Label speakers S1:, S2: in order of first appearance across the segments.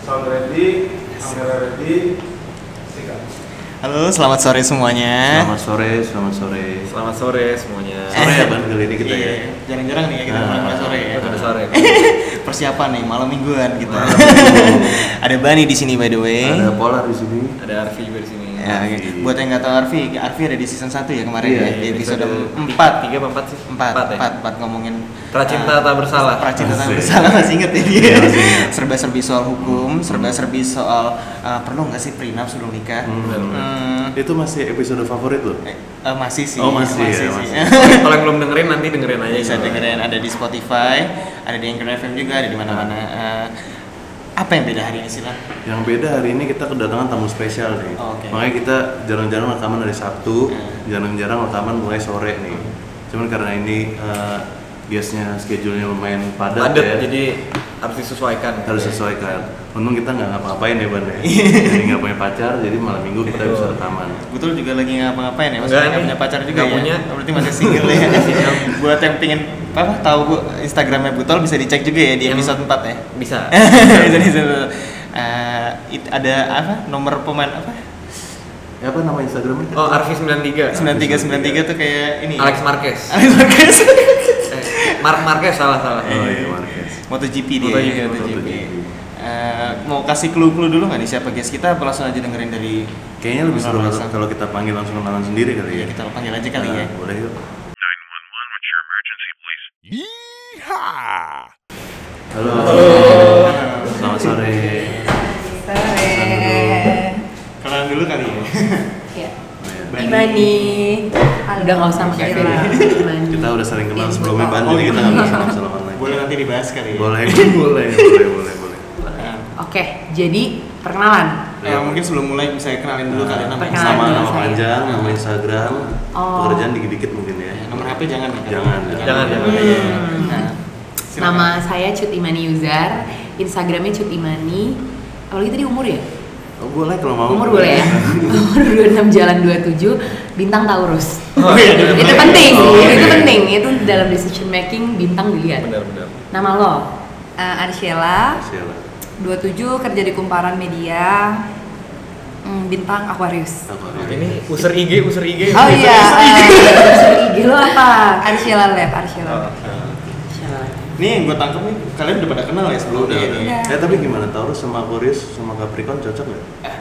S1: Sound ready, kamera ready, sikat.
S2: Halo, selamat sore semuanya.
S3: Selamat sore, selamat sore.
S4: Selamat sore semuanya.
S3: Sore ya Bang kali ini kita
S2: Iya,
S3: ya.
S2: Jarang-jarang nih ya kita
S3: Nah,
S2: mulai sore ya.
S4: Udah sore.
S2: Persiapan nih malam mingguan kita. Ada Bani di sini by the way.
S3: Ada Polar di sini.
S4: Ada Arfi juga di sini.
S2: Ya, oke. Buat yang nggak tahu Arfi, Arfi ada di season 1 ya kemarin
S3: Iya,
S2: ya, di
S4: Iya,
S2: episode
S4: tiga-
S2: 4
S4: tiga apa empat sih?
S2: 4 4
S4: ya?
S2: 4 ngomongin
S4: Pracinta
S2: eh,
S4: tak bersalah.
S2: Pracinta tak
S3: Asik.
S2: bersalah masih inget ya
S3: Iya,
S2: dia.
S3: masih ingat.
S2: Serba-serbi soal hukum, serba-serbi soal eh, perlu nggak sih prenup sebelum nikah?
S3: Hmm.
S2: Hmm,
S3: Itu masih episode favorit loh.
S2: eh, eh, masih sih.
S3: Oh, masih ya,
S2: sih.
S3: masih.
S4: Kalau yang belum dengerin nanti dengerin aja.
S2: bisa
S4: gitu.
S2: dengerin ada di Spotify, ada di Anchor FM juga, ada di mana-mana. Eh, apa yang beda hari ini sih lah?
S3: Yang beda hari ini kita kedatangan tamu spesial nih.
S2: Oh, oke.
S3: Makanya kita jarang-jarang rekaman dari Sabtu,
S2: Hmm.
S3: jarang-jarang rekaman mulai sore nih. Cuman karena ini eh, biasanya schedule-nya lumayan padat,
S4: Padat
S3: ya.
S4: jadi harus disesuaikan.
S3: harus sesuaikan. Untung kita nggak ngapa-ngapain ya Ban ya. jadi nggak punya pacar, jadi malam minggu kita bisa rekaman.
S2: Betul juga lagi ngapa-ngapain ya, maksudnya
S4: Enggak
S2: nggak
S4: nih,
S2: punya pacar juga
S4: nggak
S2: ya.
S4: punya.
S2: Berarti masih single ya.
S4: Single.
S2: Buat yang pingin apa tahu Bu, Instagramnya Butol bisa dicek juga ya di
S4: Yang-
S2: episode 4 ya.
S4: Bisa.
S2: Bisa, bisa, bisa. Eh, it- ada apa nomor pemain apa
S3: Ya, apa nama Instagramnya?
S4: Oh Arfi 93.
S2: 9393 tuh kayak ini
S4: Alex Marquez.
S2: Alex Marquez
S4: Eh, Mark Marquez salah salah.
S3: Oh iya, Marquez.
S2: MotoGP dia
S4: MotoGP,
S2: ya, MotoGP.
S4: MotoGP.
S2: Eh, mau kasih clue-clue dulu nggak nih siapa guest kita apa langsung aja dengerin dari
S3: Kayaknya lebih seru
S2: Orang-orang
S3: kalau kita panggil langsung kenalan sendiri kali
S2: ya
S3: ya.
S2: kita panggil aja kali ya
S3: Nah, Boleh yuk. Halo. Selamat sore.
S5: Sore.
S2: kenalan dulu kali ya
S5: Ya.
S2: Bani.
S5: Imani. Udah nggak usah pakai
S3: Kevin.
S5: lah. Imani.
S3: Kita udah sering kenal sebelumnya Ban,
S2: Oh,
S3: jadi kita
S2: iya.
S3: nggak bisa salam-salaman lagi.
S2: boleh nanti dibahas kali ya
S3: Boleh, boleh, boleh, boleh, boleh.
S2: Nah,
S5: Oke, jadi perkenalan.
S3: Iya.
S2: eh, mungkin sebelum mulai bisa kenalin dulu kali nama
S5: Perkenalan
S3: Sama
S5: dulu
S3: nama
S5: saya.
S3: panjang, nama Instagram,
S5: Oh.
S3: pekerjaan dikit-dikit mungkin ya.
S2: Iya, nomor HP jangan nih, Kak.
S3: Jangan,
S4: jangan.
S2: jangan,
S5: Hmm.
S2: iya, iya. Nah, silakan.
S5: Nama saya Cut Imani Yuzar, Instagramnya Cut Imani. Apalagi tadi umur ya?
S3: Oh, boleh kalau mau.
S5: Umur boleh ya?
S4: Hmm.
S5: Umur 26 jalan 27, bintang Taurus.
S4: Oh, iya, iya,
S5: itu
S4: iya.
S5: penting,
S3: Oh,
S5: itu
S3: oke.
S5: penting. Itu dalam decision making bintang dilihat.
S4: Benar benar.
S5: Nama lo? Eh, Arshela,
S3: Sialan.
S5: 27 kerja di Kumparan Media, Hmm, bintang Aquarius.
S3: Sabar.
S4: Ini user IG user IG.
S5: Oh iya, eh, IG lo apa? Arshila Lab, Arshila
S4: Oh,
S5: Lab.
S2: nih yang gue tangkep nih kalian udah pada kenal ya sebelum
S3: Udah, udah.
S5: Iya.
S3: Eh tapi gimana Taurus sama Aquarius sama Capricorn cocok nggak?
S2: Eh,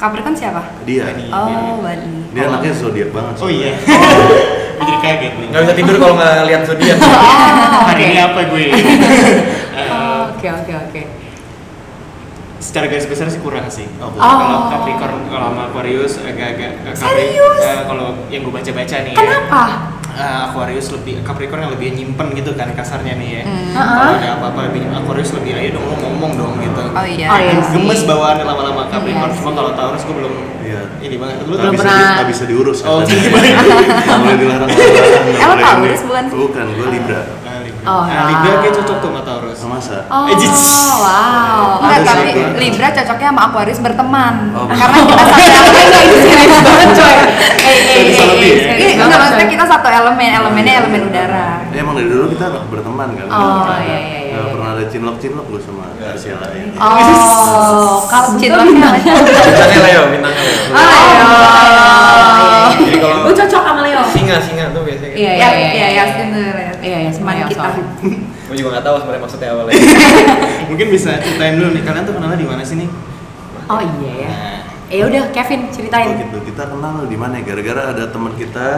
S5: Capricorn kan siapa?
S3: Dia.
S2: Bani.
S4: Iya,
S5: Oh, Bali.
S3: Dia anaknya zodiak banget.
S2: oh iya gue jadi kaget nih
S4: Oh, Nggak bisa tidur kalau nggak lihat zodiak.
S5: Oh,
S2: hari
S5: oke.
S2: ini apa gue Eh,
S5: Oh, Oke, oke, oke.
S2: secara garis besar sih kurang sih
S3: Oh,
S5: Oh.
S2: kalau Capricorn kalau sama Aquarius agak-agak eh, Capri-
S5: Serius?
S2: eh, kalau yang gue baca-baca nih ya,
S5: Kenapa?
S2: eh, Aquarius lebih Capricorn yang lebih nyimpen gitu kan kasarnya nih ya kalau
S5: Hmm. Heeh.
S2: ada apa-apa lebih Aquarius lebih ayo dong lo ngomong dong gitu
S6: Oh iya.
S5: Oh, iya.
S2: gemes bawaan lama-lama Capricorn
S5: Iya
S2: cuma
S5: sih.
S2: kalau Taurus gue belum
S3: Iya.
S2: ini banget lu
S3: Belum
S5: Belum
S3: bisa,
S2: Taurus-
S5: pernah-
S3: di, nggak bisa diurus
S2: Oh,
S3: katanya.
S2: gimana?
S3: Nggak boleh dilarang orang-orang, nggak
S5: Emang
S3: boleh ini.
S5: Taurus bukan sih?
S3: Bukan, gue Libra
S2: Ah, Libra.
S5: Oh,
S2: Ah,
S5: ya.
S2: Libra kayak cocok tuh sama Taurus
S3: Sama Sa
S5: Oh,
S2: Eh, jits.
S5: wow.
S6: Enggak,
S3: Ada
S6: tapi
S3: satu.
S6: Libra cocoknya sama Aquarius berteman.
S3: Oh, bener.
S6: Karena kita satu elemen
S5: Enggak, ini serius banget, coy. Eh, eh,
S2: Bisa
S5: eh,
S2: lebih,
S5: eh,
S2: ya?
S5: serius
S6: Iya,
S5: banget,
S6: enggak, maksudnya
S5: coy.
S6: kita satu elemen, elemennya elemen udara
S3: Ya, Emang dari dulu kita berteman kan?
S5: Oh,
S3: Nggak
S5: iya,
S3: pernah-
S5: iya, iya,
S3: nggak
S5: iya.
S3: pernah ada cinlok-cinlok gue sama Arsiela ya
S5: Oh, kalau
S6: Cinta
S4: Bintangnya Leo, bintangnya Leo.
S5: Oh, Ayo.
S4: Jadi kalau
S5: iya, Lu cocok sama Leo.
S4: singa singa tuh biasanya. gitu.
S5: Iya,
S6: Ya,
S5: iya,
S6: ya,
S5: iya,
S6: ya,
S5: iya.
S6: bener ya.
S5: Iya, iya,
S6: Teman
S5: semuanya
S6: kita.
S5: soal.
S4: Gue juga nggak tahu sebenarnya maksudnya awalnya.
S2: mungkin bisa ceritain dulu nih kalian tuh kenalnya di mana sih nih
S5: Oh iya ya.
S2: Nah,
S5: Eh udah Kevin
S3: Oh
S5: ceritain.
S3: gitu, kita kenal di mana ya? Gara-gara ada teman kita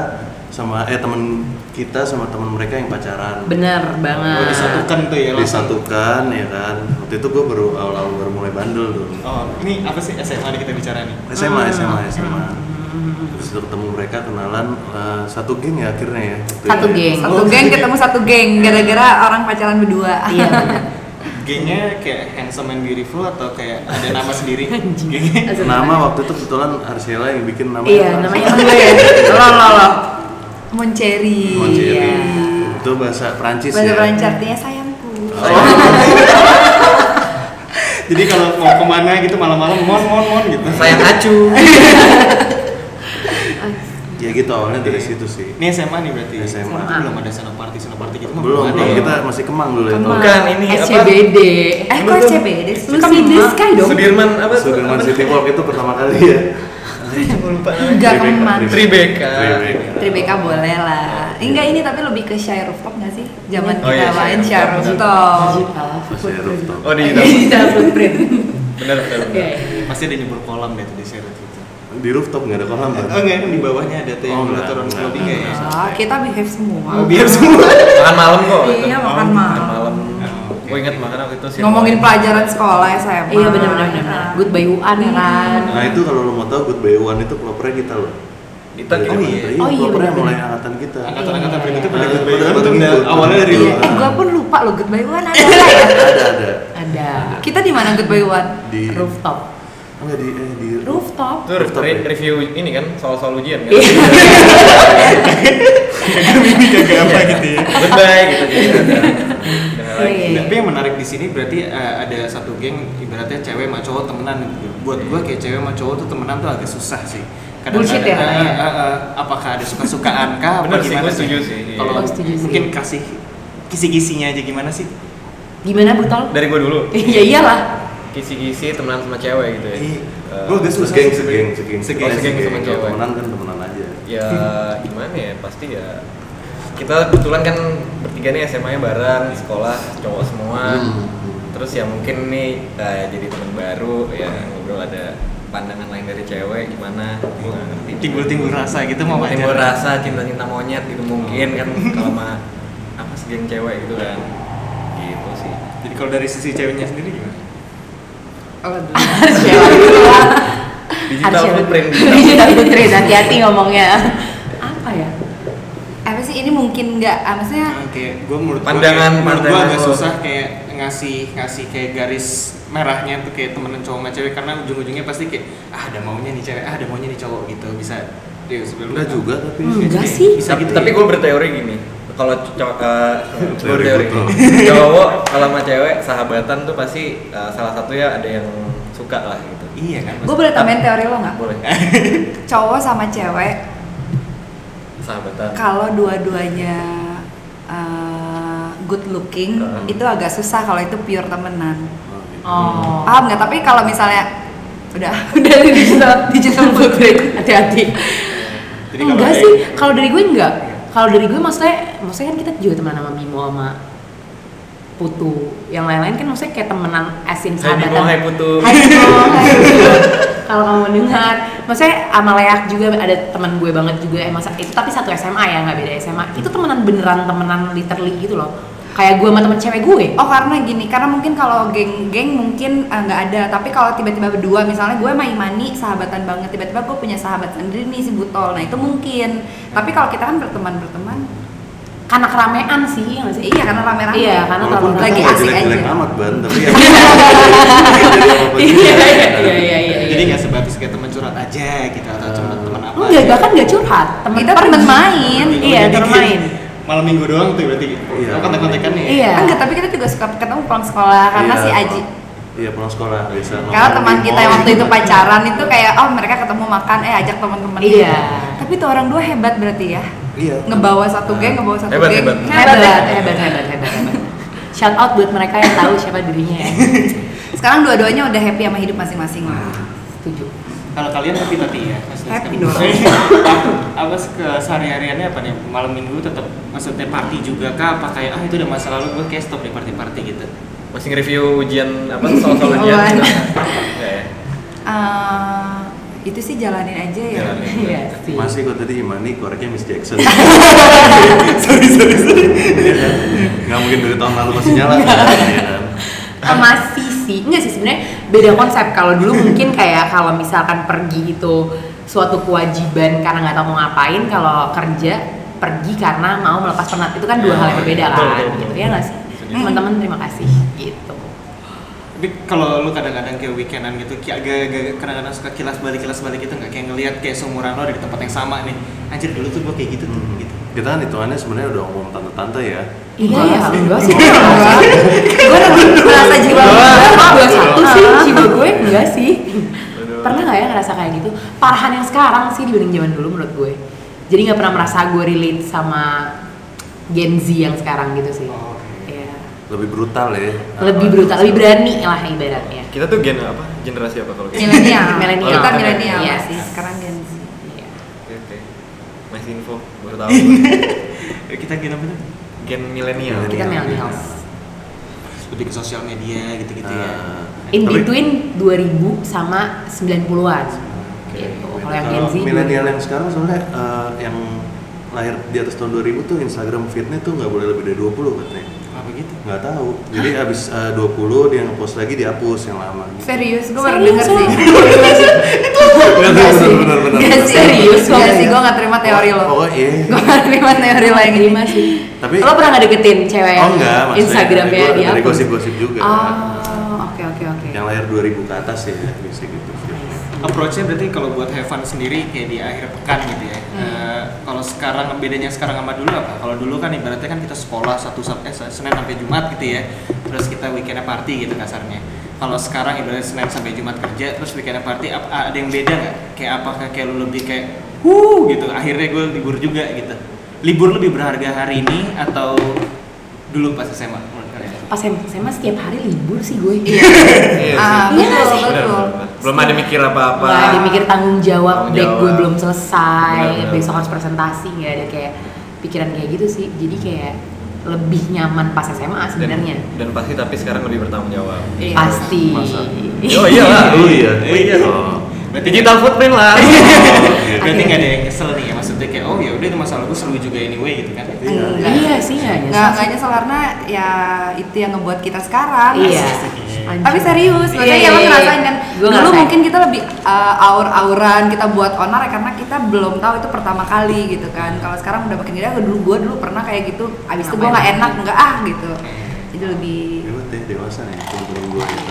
S3: sama eh teman kita sama teman mereka yang pacaran.
S5: Bener banget.
S2: Oh, disatukan tuh
S4: Iya,
S2: ya langsung.
S3: disatukan ya kan waktu itu gue baru awal-awal baru mulai bandel dulu
S2: Oh, ini apa sih SMA nih kita bicara nih?
S3: SMA
S4: Ah.
S3: SMA SMA terus itu ketemu mereka kenalan eh, satu geng ya akhirnya ya waktu
S5: Oh,
S3: itu
S5: Satu
S3: ya.
S5: geng.
S6: Satu geng ketemu satu geng gara-gara orang pacaran berdua.
S5: Iya. bener.
S2: Gengnya kayak handsome and beautiful atau kayak ada nama sendiri? Gengnya
S3: nama waktu itu kebetulan Arsela yang bikin nama
S5: eh, Iya,
S3: itu.
S5: namanya temen gue. Lo lo lo.
S6: Monceri.
S3: Monjeri.
S5: Iya.
S3: ya. itu bahasa Prancis
S6: Bahasa
S3: ya Oh.
S6: Perancis artinya sayangku.
S2: Jadi kalau mau kemana gitu malam-malam mon mon mon gitu.
S4: Sayang acu.
S3: ya gitu awalnya dari situ sih
S2: Ini SMA nih berarti.
S3: SMA.
S2: Itu belum ada senoparti senoparti gitu. mah
S3: belum
S2: ada
S3: belum
S2: ya?
S3: kita masih kemang dulu ya
S6: Kemang.
S3: Tom.
S4: Bukan ini apa?
S5: SCBD.
S6: Eh
S4: Lu
S5: Iya.
S6: kok
S4: tuh-
S6: CBD sih?
S5: Lu
S6: Kan
S5: sih di
S6: emak.
S5: Sky dong.
S4: Sudirman apa? tuh?
S3: Sudirman
S4: Apa
S3: City
S4: namanya?
S3: Walk itu pertama kali ya
S4: Anjing, gua lupa namanya.
S6: Enggak
S3: Tribeka,
S6: keman.
S4: Tribeka.
S6: Tribeka
S5: Oh.
S6: boleh
S5: Iya,
S6: lah. Enggak ini tapi lebih ke Shy Rooftop nggak sih? Zaman
S4: Oh
S6: kita
S4: iya, Shy
S6: main Shy
S4: Rooftop,
S5: Oh,
S6: Rooftop.
S3: masih rooftop
S4: Oh di
S5: Digital Iya, footprint.
S4: benar benar. benar.
S5: Oke.
S2: Pasti ada nyebur kolam deh tuh di Serut itu.
S3: di rooftop nggak ada kolam kan?
S2: Oh enggak, kan di bawahnya ada tuh
S3: Oh,
S2: yang
S3: enggak,
S2: turun
S3: enggak,
S2: loading ya.
S3: enggak.
S6: Ah, kita behave semua.
S2: Oh, biar semua.
S4: Makan malam kok. itu.
S6: Iya makan
S4: Makan
S6: malam.
S4: malam.
S2: Oke.
S3: Oh,
S4: Gue ingat makan waktu itu sih.
S6: Ngomongin pelajaran sekolah SMA.
S5: Iya benar benar benar.
S6: Ah. Nah.
S5: Goodbye UAN ya kan.
S3: nah itu kalau lo mau tahu Good By One itu pelopornya kita loh
S4: Kita
S3: Dari
S4: oh
S3: zaman
S4: iya.
S3: itu.
S5: Oh iya,
S3: pelopornya
S5: benar-benar.
S3: mulai angkatan kita
S2: Angkatan-angkatan berikutnya pada
S3: Iya.
S2: ikut bayi.
S3: Pada- pada
S2: Untungnya
S3: ikut.
S2: Awalnya dari
S6: Iya,
S3: Betul.
S6: eh, gua pun lupa loh Goodbye One ada nggak ya?
S3: ada ada
S5: Ada.
S6: Kita di mana Goodbye One?
S3: di
S5: Rooftop.
S3: enggak di eh di
S5: Rooftop.
S4: Itu
S3: Rooftop ya?
S4: re- review ini kan soal-soal ujian kan.
S5: Iya.
S2: Ini kagak apa gitu ya.
S4: Goodbye gitu jadi ada. Dengan
S5: Iya,
S4: lagi.
S5: iya.
S2: Tapi yang menarik di sini berarti eh, ada satu geng ibaratnya cewek sama cowok temenan gitu. Buat gua kayak cewek sama cowok tuh temenan tuh agak susah sih.
S5: Bullshit ya,
S2: eh,
S5: katanya.
S2: eh, eh, apakah ada suka-sukaan kah? apa
S4: Bener sih,
S2: gimana
S4: gua setuju sih, iya.
S2: Kalau
S5: Gua setuju sih.
S2: mungkin kasih kisi-kisinya aja gimana sih?
S5: Gimana Butol?
S4: Dari gue dulu.
S6: Iya,
S5: Ya iyalah.
S4: Kisi-kisi temenan sama cewek gitu ya.
S2: Iya.
S4: Eh, Oh,
S2: Gua agak susah.
S3: segeng
S2: sih
S3: segeng
S2: sebenarnya.
S3: segeng
S2: Segeng.
S4: segeng
S3: Kalau
S4: sama cewek.
S3: temenan kan temenan aja
S4: ya gimana ya pasti ya kita kebetulan kan bertiga nih SMA nya bareng sekolah cowok semua
S3: Hmm.
S4: terus ya mungkin nih eh, jadi teman baru ya ngobrol ada pandangan lain dari cewek gimana gue nggak ngerti
S2: Timbul-timbul rasa gitu mau
S4: Timbul-
S2: wajar.
S4: timbul rasa cinta cinta monyet gitu mungkin kan kalau sama apa sih geng cewek gitu kan gitu sih
S2: Jadi kalau dari sisi ceweknya sendiri gimana?
S6: Oh, dulu.
S5: Harus jalan dulu lah.
S4: digital
S5: jalan.
S4: footprint
S5: Digital Iya, footprint. Hati-hati ngomongnya. Apa ya?
S6: Apa sih ini mungkin nggak? Ah, maksudnya
S2: kayak gue menurut gua kayak-
S4: Pandangan-
S2: menurut gue
S4: pandangan
S2: agak
S4: lo.
S2: susah kayak ngasih ngasih kayak garis merahnya tuh kayak temenan cowok sama cewek karena ujung-ujungnya pasti kayak ah ada maunya nih cewek ah ada maunya nih cowok gitu bisa ya sebelum
S3: enggak juga tapi
S5: Hmm, Enggak sih.
S2: bisa gitu
S4: tapi
S2: ya.
S4: gue berteori gini kalau cowok eh,
S3: Teori
S4: berteori
S3: betul.
S4: cowok kalau sama cewek sahabatan tuh pasti eh, salah satu ya ada yang suka lah gitu
S2: iya kan Eh.
S6: Gue boleh tambahin teori lo nggak?
S4: boleh
S6: Cowok sama cewek
S4: sahabatan
S6: kalau dua-duanya eh, good looking
S4: Hmm.
S6: itu agak susah kalau itu pure temenan.
S3: gitu.
S5: Oh.
S6: Paham nggak? Tapi kalau misalnya udah udah di digital digital footprint.
S5: Hati-hati.
S2: Jadi kalau
S5: enggak
S2: ada-
S5: sih. Kalau dari gue enggak. Kalau dari gue maksudnya maksudnya kan kita juga teman sama Bimo sama Putu. Yang lain-lain kan maksudnya kayak temenan asin
S4: Hai
S5: sahabatan.
S4: Bimo, hai Putu.
S5: Hai Bimo, hai Putu. Kalau kamu mendengar, maksudnya sama Leak juga ada teman gue banget juga eh, masa itu tapi satu SMA ya nggak beda SMA. Itu temenan beneran temenan literally gitu loh. Kayak gue sama temen cewek gue.
S6: Oh karena gini, karena mungkin kalau geng-geng mungkin eh, nggak ada, tapi kalau tiba-tiba berdua, misalnya gue sama Imani sahabatan banget, tiba-tiba gue punya sahabat sendiri nih si Butol, nah itu mungkin. Tapi kalau kita kan berteman-berteman,
S5: Karena keramaian sih, ya nggak sih?
S6: iya karena rame-rame.
S5: Iya, karena
S3: walaupun kita
S5: terlalu
S6: lagi
S3: nggak
S6: asik
S3: jelek-jelek
S6: aja.
S3: amat ban tapi ya
S5: Iya, iya, iya, iya, iya.
S2: jadi nggak sebatas kayak teman curhat aja gitu atau cuma
S4: Ah.
S2: teman apa
S5: Enggak,
S2: aja.
S5: bahkan nggak curhat. Temen
S6: Kita temen
S5: pergi.
S6: main.
S5: Iya,
S2: Jadi
S5: temen
S2: kayak
S5: main.
S2: gitu. malam minggu doang tuh berarti
S3: Iya.
S2: iya. kontak-kontakan ya
S5: Iya.
S6: Ah, Enggak, tapi kita juga suka ketemu pulang sekolah karena
S4: Iya.
S6: si Aji.
S3: iya pulang sekolah biasa
S6: Kalau
S3: nongkrong
S6: teman
S3: di
S6: kita
S3: mall
S6: yang waktu itu
S3: gitu.
S6: pacaran itu kayak oh mereka ketemu makan eh ajak teman-teman.
S5: Iya.
S6: Tapi itu orang dua hebat berarti ya.
S3: iya
S6: Ngebawa satu geng, ngebawa satu
S4: Hebat,
S6: geng.
S4: hebat.
S5: Hebat, hebat, hebat, hebat, hebat. Shout out buat mereka yang tahu siapa dirinya ya.
S6: Sekarang dua-duanya udah happy sama hidup masing-masing lah.
S5: Setuju.
S2: Kalau kalian tapi tapi ya. maksudnya
S6: Happy
S2: sekarang.
S6: dong.
S2: Apa- apa ke sehari-hariannya apa nih? Malam minggu tetap maksudnya party juga kah? Apa kayak ah itu udah masa lalu gue kayak stop di party-party gitu.
S4: masih nge-review ujian apa soal-soal ujian
S6: Apaan?
S4: Iya, ya.
S6: Eh, itu sih jalanin aja ya.
S4: Jalanin.
S5: Iya sih.
S3: masih kok tadi Imani koreknya Miss Jackson
S2: sorry sorry sorry.
S3: Iya kan? nggak mungkin dari tahun lalu masih nyala kan? Iya kan?
S5: Eh, Masih sih, enggak sih sebenarnya beda konsep. Kalau dulu mungkin kayak kalau misalkan pergi itu suatu kewajiban karena nggak tahu mau ngapain. Kalau kerja pergi karena mau melepas penat itu kan dua hal yang berbeda kan.
S4: Betul, betul, betul.
S5: Gitu ya nggak sih?
S4: Setuju.
S5: Teman-teman terima kasih gitu.
S2: Tapi kalau lu kadang-kadang kayak weekendan gitu, kayak agak-agak kadang-kadang suka kilas balik kilas balik gitu nggak kayak ngelihat kayak seumuran lo dari tempat yang sama nih. Anjir dulu tuh gue kayak gitu tuh.
S3: Hmm.
S2: Gitu.
S3: kita kan hitungannya sebenarnya udah ngomong tante-tante ya
S5: Iya ya, enggak sih.
S6: gue lebih merasa jiwa gue
S5: Enggak,
S6: maaf.
S5: dua satu sih
S6: Ah.
S5: jiwa gue enggak sih pernah nggak ya ngerasa kayak gitu parahan yang sekarang sih dibanding zaman dulu menurut gue jadi nggak pernah merasa gue relate sama Gen Z yang sekarang gitu sih
S2: Oh, oke.
S5: Iya.
S3: lebih brutal ya
S5: lebih brutal lebih berani lah ibaratnya
S4: Kita tuh gen apa? Generasi apa kalau Oh, kayak?
S6: milenial
S5: Milenial.
S6: kita milenial
S5: Yes.
S6: sih sekarang Gen Z
S5: Iya.
S4: Oke, oke. Masih info baru tahu.
S2: Eh, kita gini apa tuh?
S4: gen milenial. Iya,
S5: kita
S3: Milenial.
S5: millennials
S2: lebih ke sosial media gitu-gitu ya.
S3: Ah.
S5: in
S3: Tapi-
S5: between 2000 sama 90-an gitu kalau yang Gen
S3: Kalau
S5: Z
S3: milenial yang sekarang soalnya eh, yang lahir di atas tahun 2000 tuh Instagram feednya tuh nggak boleh lebih dari 20 katanya
S2: Apa gitu?
S3: nggak tahu jadi abis eh, 20 dia ngepost lagi dihapus yang lama gitu.
S6: serius gue baru
S5: Serius,
S6: denger sih
S3: Bener,
S5: sih.
S3: bener, bener,
S5: Nggak
S3: bener.
S5: serius
S6: Gak sih
S5: banget.
S6: gue gak terima teori lo
S3: Iya, Oh, oh, iya.
S6: Gue gak terima teori lo yang ini
S5: Iya, Terima sih.
S3: Tapi-
S5: lo pernah nggak deketin
S3: oh
S5: cewek yang
S3: enggak maksudnya
S5: Instagramnya
S3: dari, gua-
S5: di
S3: dari
S5: apa?
S3: gosip-gosip juga
S5: Oh, oke oke oke.
S3: yang lahir 2000 ke atas ya bisa gitu feednya.
S2: Approach-nya berarti kalau buat Heaven sendiri kayak di akhir pekan gitu ya. Eh, kalau sekarang bedanya sekarang sama dulu apa? Kalau dulu kan ibaratnya kan kita sekolah satu sampai eh, Senin sampai Jumat gitu ya. Terus kita weekendnya party gitu kasarnya. Kalau sekarang ibaratnya Senin sampai Jumat kerja, terus weekendnya party ap- ada yang beda nggak? Kayak apakah kayak lu lebih kayak huh gitu. Akhirnya gue libur juga gitu. Libur lebih berharga hari ini atau dulu pas SMA menurut kalian?
S5: Pas SMA, SMA setiap hari libur sih gue. Iya.
S4: Iya sih.
S6: Ah,
S5: Iya
S6: betul,
S5: sih?
S4: Benar,
S6: betul.
S4: benar, benar. Belum ada mikir apa-apa.
S5: Gak ada mikir tanggung jawab,
S4: Tanggung
S5: baik gue
S4: jawab.
S5: belum selesai,
S4: Benar, benar.
S5: besok harus presentasi, nggak ada kayak pikiran kayak gitu sih. Jadi kayak lebih nyaman pas SMA
S4: Dan,
S5: sebenarnya.
S4: dan pasti tapi sekarang lebih bertanggung jawab.
S6: Iya.
S5: Pasti.
S3: Masa?
S4: Oh iya
S5: Ah,
S4: lah.
S3: oh iya
S2: Eh, iya.
S3: Oh.
S2: Berarti kita
S4: Digital footprint lah.
S3: Iya.
S2: berarti
S5: Oke.
S2: nggak ada yang kesel nih ya maksudnya kayak oh ya udah itu masalah gue seru juga anyway gitu kan
S3: Iya.
S6: Enggak.
S5: Iya sih nggak nyesel.
S6: Nggak,
S5: sih.
S6: nggak nyesel karena ya itu yang ngebuat kita sekarang
S5: Iya.
S2: Anjir.
S6: Tapi serius, maksudnya ya lo ngerasain kan
S5: Gue
S6: Dulu mungkin kita lebih uh, aur-auran, kita buat onar ya karena kita belum tahu itu pertama kali gitu kan Kalau sekarang udah makin gede, dulu gue dulu pernah kayak gitu Abis itu gue
S5: Ngapain?
S6: gak enak, nggak ah gitu Jadi lebih
S3: Lewat ya, dewasa nih, temen-temen gue gitu.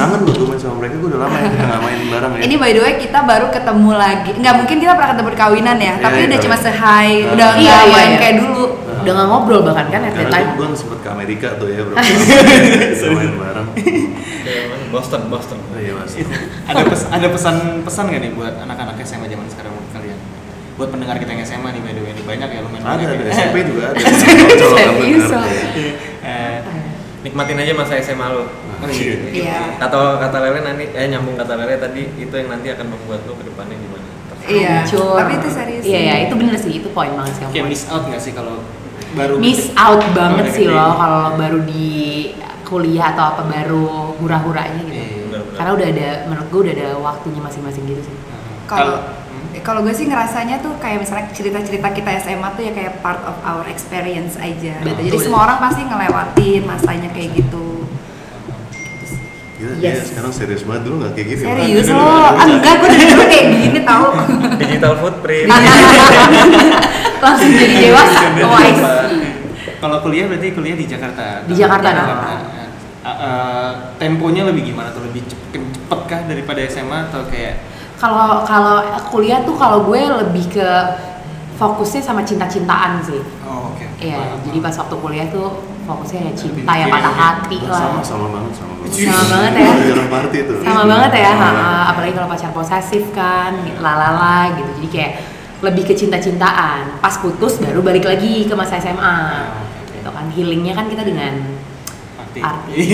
S3: Kangen loh gue main sama mereka, gue udah lama ya kita gak main bareng ya
S6: Ini by the way kita baru ketemu lagi Nggak mungkin kita pernah ketemu di kawinan ya
S3: Iya,
S6: Tapi
S3: iya,
S6: udah
S3: iya.
S6: cuma sehai,
S3: Iya.
S6: udah
S5: Iya,
S6: nggak
S5: iya,
S6: main
S5: iya.
S6: kayak dulu
S5: udah nggak ngobrol bahkan kan at
S3: Karena
S5: that time.
S3: gue sempet ke Amerika tuh ya bro Kita main bareng
S4: Boston, Boston.
S3: Oh iya mas
S2: ada pes- ada pesan pesan nggak nih buat anak-anak SMA zaman sekarang menurut kalian buat pendengar kita yang SMA nih by the way ini banyak ya lumayan
S3: Ada,
S2: banyak
S3: ada
S2: ya.
S3: SMP juga ada
S5: Serius,
S3: Kalau kamu
S5: serius.
S3: ngerti.
S2: Eh,
S4: Nikmatin aja masa SMA lu.
S2: oh iya.
S6: Iya
S4: Kata kata Lele nanti eh nyambung kata Lele tadi itu yang nanti akan membuat lu ke depannya gimana.
S6: Iya,
S5: Hancur.
S6: tapi itu serius
S5: Iya, iya, itu bener sih, itu poin banget sih.
S2: kayak
S5: Om.
S2: miss out nggak sih kalau baru
S5: miss out banget
S2: Kalau
S5: sih
S2: gede.
S5: lo kalau lo baru di kuliah atau apa baru hura-huranya gitu.
S2: Iya.
S4: Benar-benar.
S5: Karena udah ada menurut gue udah ada waktunya masing-masing gitu sih.
S6: kalau kalau gue sih ngerasanya tuh kayak misalnya cerita-cerita kita SMA tuh ya kayak part of our experience aja. gitu. Jadi
S5: Betul.
S6: semua orang pasti ngelewatin masanya kayak gitu.
S3: Gila, dia
S5: Yes.
S3: Iya, sekarang serius banget dulu gak kayak gini Bang.
S6: Serius
S3: Iya, Dulu
S6: lo?
S3: nggak
S6: Ah,
S3: ada.
S6: enggak, gue dari dulu kayak gini tau.
S4: Digital
S2: Iya.
S4: footprint.
S5: Iya. Langsung jadi dewasa, wise.
S2: kalau kuliah berarti kuliah di Jakarta
S5: Di Jakarta, nah.
S2: Eh, eh, temponya lebih gimana tuh lebih cepet, cepet kah daripada SMA atau kayak
S5: Kalau kalau kuliah tuh kalau gue lebih ke fokusnya sama cinta-cintaan sih.
S2: oh oke
S5: Iya,
S2: Paham,
S5: jadi
S2: paham.
S5: pas waktu kuliah tuh fokusnya ya cinta,
S2: Lebih
S5: ya
S2: mikirin
S5: patah
S2: ya.
S5: hati
S3: Wah, Sama,
S5: lah.
S3: sama banget, sama banget
S5: Sama banget ya.
S3: Gua jarang party tuh
S5: sama banget ya
S3: Sama
S5: ha,
S3: banget.
S5: apalagi kalau pacar posesif kan lalala gitu jadi kayak lebih ke cinta-cintaan pas putus baru balik lagi ke masa SMA
S2: oke.
S5: gitu kan healingnya kan kita dengan
S2: Party.
S5: Party.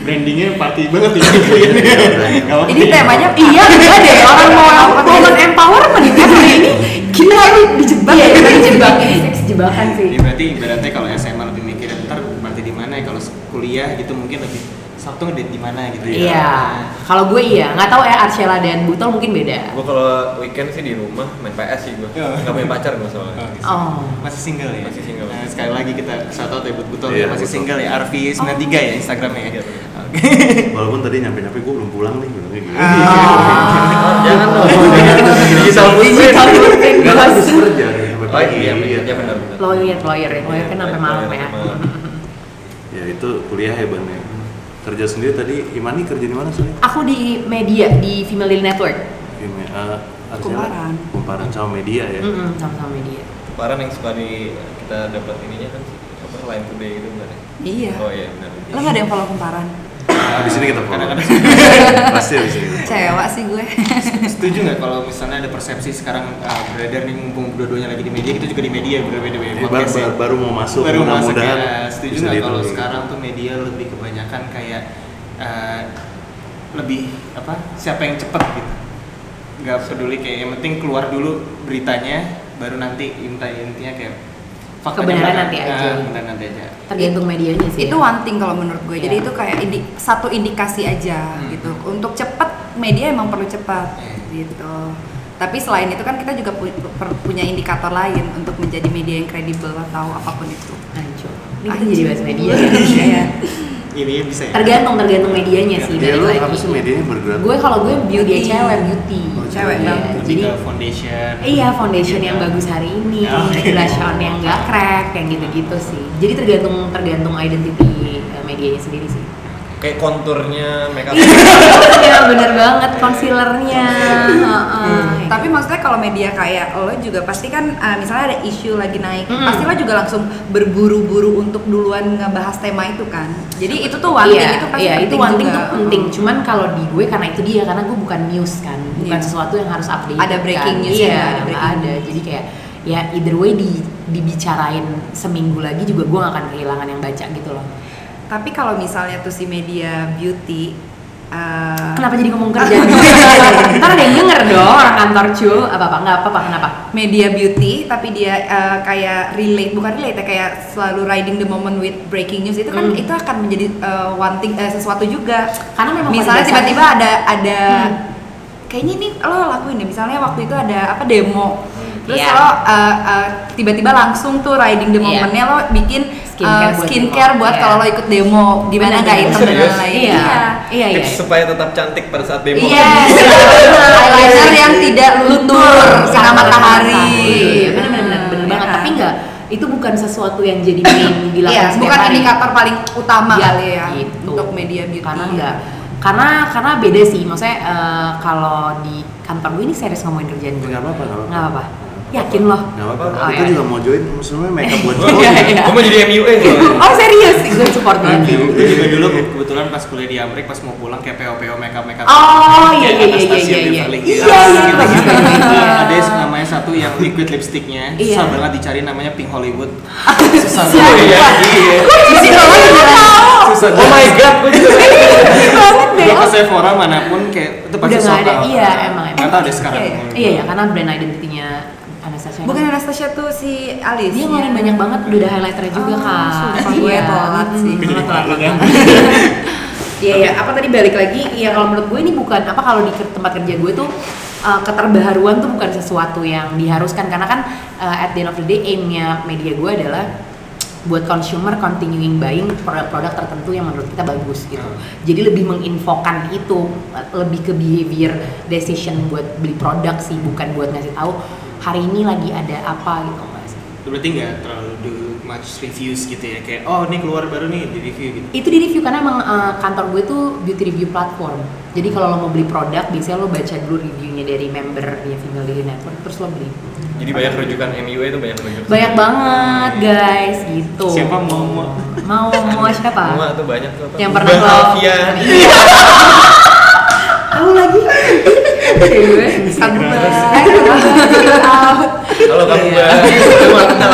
S2: Brandingnya party banget ya. kayaknya. Nggak apa-apa.
S6: Ini temanya
S5: iya enggak deh orang mau mau men empowerment di hari ini kita ini dijebak ya kita dijebak ini seks jebakan sih
S2: Ya, berarti ibaratnya kalau SMA lebih mikir ntar berarti di mana ya kalau kuliah gitu mungkin lebih Sabtu ngedate di mana gitu ya.
S5: iya kalau gue iya nggak tahu ya Arshela dan Butol mungkin beda
S4: Gue kalau weekend sih di rumah main PS sih gue.
S2: Iya. Ah.
S4: Gak punya pacar gue soalnya.
S5: oh
S2: Masih single ya?
S4: Masih single.
S2: Nah, sekali lagi kita shout out ya buat Buto
S3: Iya,
S2: masih
S3: Buto.
S2: single ya
S5: Oh.
S2: Arvi93 ya Instagramnya ya.
S4: Iya.
S2: Oke.
S3: Walaupun tadi nyampe-nyampe gue belum pulang nih bilangnya gitu.
S5: Ah.
S4: Oh, jangan dong. Digital footprint.
S5: digital footprint
S3: Enggak kan
S5: bos
S3: bisa kerja nih, sampai
S4: Oh
S3: pagi.
S4: iya, iya benar-benar.
S5: lawyer lawyer ya lawyer kan sampai malam
S4: Lawyer
S5: ya
S4: sampai malam.
S3: Ya itu kuliah hebatnya. Kerja sendiri tadi Imani kerja di mana sih?
S5: Aku di media di Female Daily Network.
S3: Ime, uh, Arsela?
S6: Kumparan.
S3: Kumparan sama media ya.
S5: Mm-mm, sama-sama media.
S4: Parah yang suka di kita dapat ininya kan apa line today gitu enggak deh.
S6: Iya.
S4: Oh iya benar.
S6: Lo gak ada yang follow kumparan?
S3: Habis ini Ah, kita follow.
S2: Kadang-kadang
S3: Pasti habis ini. kita follow.
S6: Kecewa sih gue.
S2: setuju nggak kalau misalnya ada persepsi sekarang ah, beredar nih mumpung dua-duanya lagi di media kita juga di media ya. berbeda-beda
S3: Ini baru, baru, baru mau masuk,
S2: baru masuk
S3: mudah-mudahan
S2: ya setuju
S3: bisa gitu.
S2: nggak kalau
S3: ditemuin.
S2: sekarang tuh media lebih kebanyakan kayak eh, lebih apa siapa yang cepet gitu nggak peduli kayak yang penting keluar dulu beritanya baru nanti inti intinya kayak faktanya
S5: Kebenaran
S2: mana.
S5: nanti aja.
S2: Ah, kebenaran nanti aja
S5: tergantung medianya sih
S6: itu one thing kalau menurut gue. Jadi
S5: Iya.
S6: itu kayak indi- satu indikasi aja
S2: Hmm.
S6: gitu. Untuk cepat media emang perlu cepat
S2: Iya.
S6: gitu. Tapi selain itu kan kita juga pu- per- punya indikator lain untuk menjadi media yang kredibel atau apapun itu.
S5: Hancur. ini kita jadi bahas media
S6: Iya, iya.
S2: ini bisa ya
S5: tergantung tergantung medianya sih
S3: Iya
S5: balik
S3: lu
S5: lagi.
S3: apa sih medianya bergerak?
S5: gue kalau gue beauty
S6: Beauty.
S5: cewek beauty
S3: Oh,
S6: cewek,
S5: Iya,
S6: bang.
S2: lebih
S5: jadi
S2: ke foundation
S5: Iya, foundation yang bagus hari ini,
S2: Ya, oke.
S5: blush on yang gak crack, yang gitu-gitu sih. Jadi tergantung tergantung identity eh, medianya sendiri sih.
S4: kayak konturnya makeup
S5: Iya, bener banget concealernya. Heeh.
S6: Tapi maksudnya kalau media kayak lo juga pasti kan eh, misalnya ada isu lagi naik,
S5: Mm.
S6: pasti lo juga langsung berburu-buru untuk duluan ngebahas tema itu kan. Jadi itu tuh one
S5: Iya,
S6: thing, itu pasti
S5: iya, itu
S6: penting
S5: one thing
S6: juga. Hmm.
S5: tuh penting. Cuman kalau di gue karena itu dia karena gue bukan news kan, bukan
S6: Iya.
S5: sesuatu yang harus update.
S6: Ada breaking news
S5: Iya,
S6: ya, ada
S5: nggak
S6: breaking
S5: ada.
S6: news.
S5: Jadi kayak ya either way di- dibicarain seminggu lagi juga gue gak akan kehilangan yang baca gitu loh.
S6: Tapi kalau misalnya tuh si media beauty eh,
S5: Kenapa jadi ngomong kerjaan? Ntar ada yang denger dong orang kantor cu apa apa nggak apa apa kenapa?
S6: media beauty tapi dia eh, kayak relate bukan relate ya, kayak selalu riding the moment with breaking news itu kan
S5: Mm.
S6: itu akan menjadi eh, one thing eh, sesuatu juga
S5: Karena memang
S6: misalnya
S5: pada dasarnya-
S6: tiba-tiba ada ada
S5: Hmm.
S6: kayaknya ini lo lakuin deh misalnya waktu itu ada apa demo terus
S5: Iya.
S6: lo eh, eh, tiba-tiba langsung tuh riding the
S5: Iya.
S6: momentnya lo bikin
S5: Skincare
S6: eh,
S5: buat
S6: skincare
S5: demo.
S6: buat
S5: Iya.
S6: kalau lo ikut demo gimana
S5: Bener,
S6: nggak
S5: bener.
S6: item dan
S4: Serius?
S6: lain-lain
S5: gitu. Iya, iya, iya.
S4: tips supaya tetap cantik pada saat demo
S6: Iya, eyeliner Iya, yang tidak luntur kena matahari.
S5: Iya, benar-benar benar
S6: Iya
S5: banget.
S6: kan?
S5: Tapi nggak, itu bukan sesuatu yang jadi main
S6: Iya,
S5: dilakukan setiap
S6: bukan
S5: hari.
S6: indikator paling utama
S5: Iya,
S6: kali ya
S5: gitu.
S6: untuk media beauty.
S5: Karena nggak, karena karena beda sih. Maksudnya eh, kalau di kantor gue ini serius ngomongin kerjaan gue.
S3: Enggak apa-apa, enggak
S5: Nggak
S3: apa-apa.
S5: apa-apa. Yakin loh.
S3: Enggak apa-apa.
S5: Oh,
S3: Kita
S5: iya.
S3: juga mau join sebenarnya makeup buat
S4: Gua-
S3: cowok.
S5: Iya,
S4: gua-
S5: iya.
S4: gua mau jadi MUA soalnya.
S5: oh serius, gue support banget.
S2: Gue juga dulu kebetulan pas kuliah di Amerika pas mau pulang kayak PO-PO makeup makeup.
S5: Oh, iya, iya, iya,
S2: Anastasia
S5: iya, iya.
S2: Beverly
S5: Iya,
S2: Hills, gitu,
S5: iya, iya,
S2: gitu.
S5: iya.
S2: Ada yang namanya satu yang liquid lipsticknya
S5: Iya.
S2: susah banget dicari namanya Pink Hollywood. Susah
S5: Siapa?
S2: banget. Iya.
S5: Di sini
S2: Susah
S4: oh my god gua juga
S5: banget deh.
S2: Gue ke Sephora manapun kayak itu pasti
S5: Udah nggak
S2: sold
S5: ada,
S2: out.
S5: iya, emang, emang.
S2: Nggak tahu deh sekarang.
S6: Iya,
S5: Iya ya, karena brand identity-nya Anastasia.
S6: Bukan Anastasia tuh si Alice.
S5: Dia
S6: Iya.
S5: ngeluarin banyak banget, udah ada highlighternya juga
S6: Oh,
S5: kak.
S6: sumpah, gue
S5: Iya.
S6: telat sih.
S5: Hmm,
S6: Gue
S5: Ah, telat, telat, telat. Iya ya, apa tadi balik lagi? Iya kalau menurut gue ini bukan apa kalau di ke- tempat kerja gue tuh uh, keterbaharuan tuh bukan sesuatu yang diharuskan karena kan uh, at the end of the day aimnya media gue adalah buat consumer continuing buying produk-produk tertentu yang menurut kita bagus gitu. Jadi lebih menginfokan itu uh, lebih ke behavior decision buat beli produk sih bukan buat ngasih tahu hari ini lagi ada apa gitu nggak sih.
S2: Berarti nggak terlalu do much reviews gitu ya kayak oh ini keluar baru nih di review gitu.
S5: itu di review karena emang eh, kantor gue tuh beauty review platform jadi kalau lo mau beli produk biasanya lo baca dulu reviewnya dari membernya Female Daily Network terus lo beli
S4: jadi banyak rujukan MUA itu banyak rujukan
S5: banyak banget guys gitu
S2: Siapa mau- mau?
S5: mau mau siapa
S4: Cuma tuh banyak tuh apa?
S5: Yang pernah
S4: Bang
S5: lo-
S4: Alfian.
S5: kamu lagi Cewek.
S6: Sabar.
S4: Halo kamu
S5: Iya.
S4: Bang. Cuma kenal.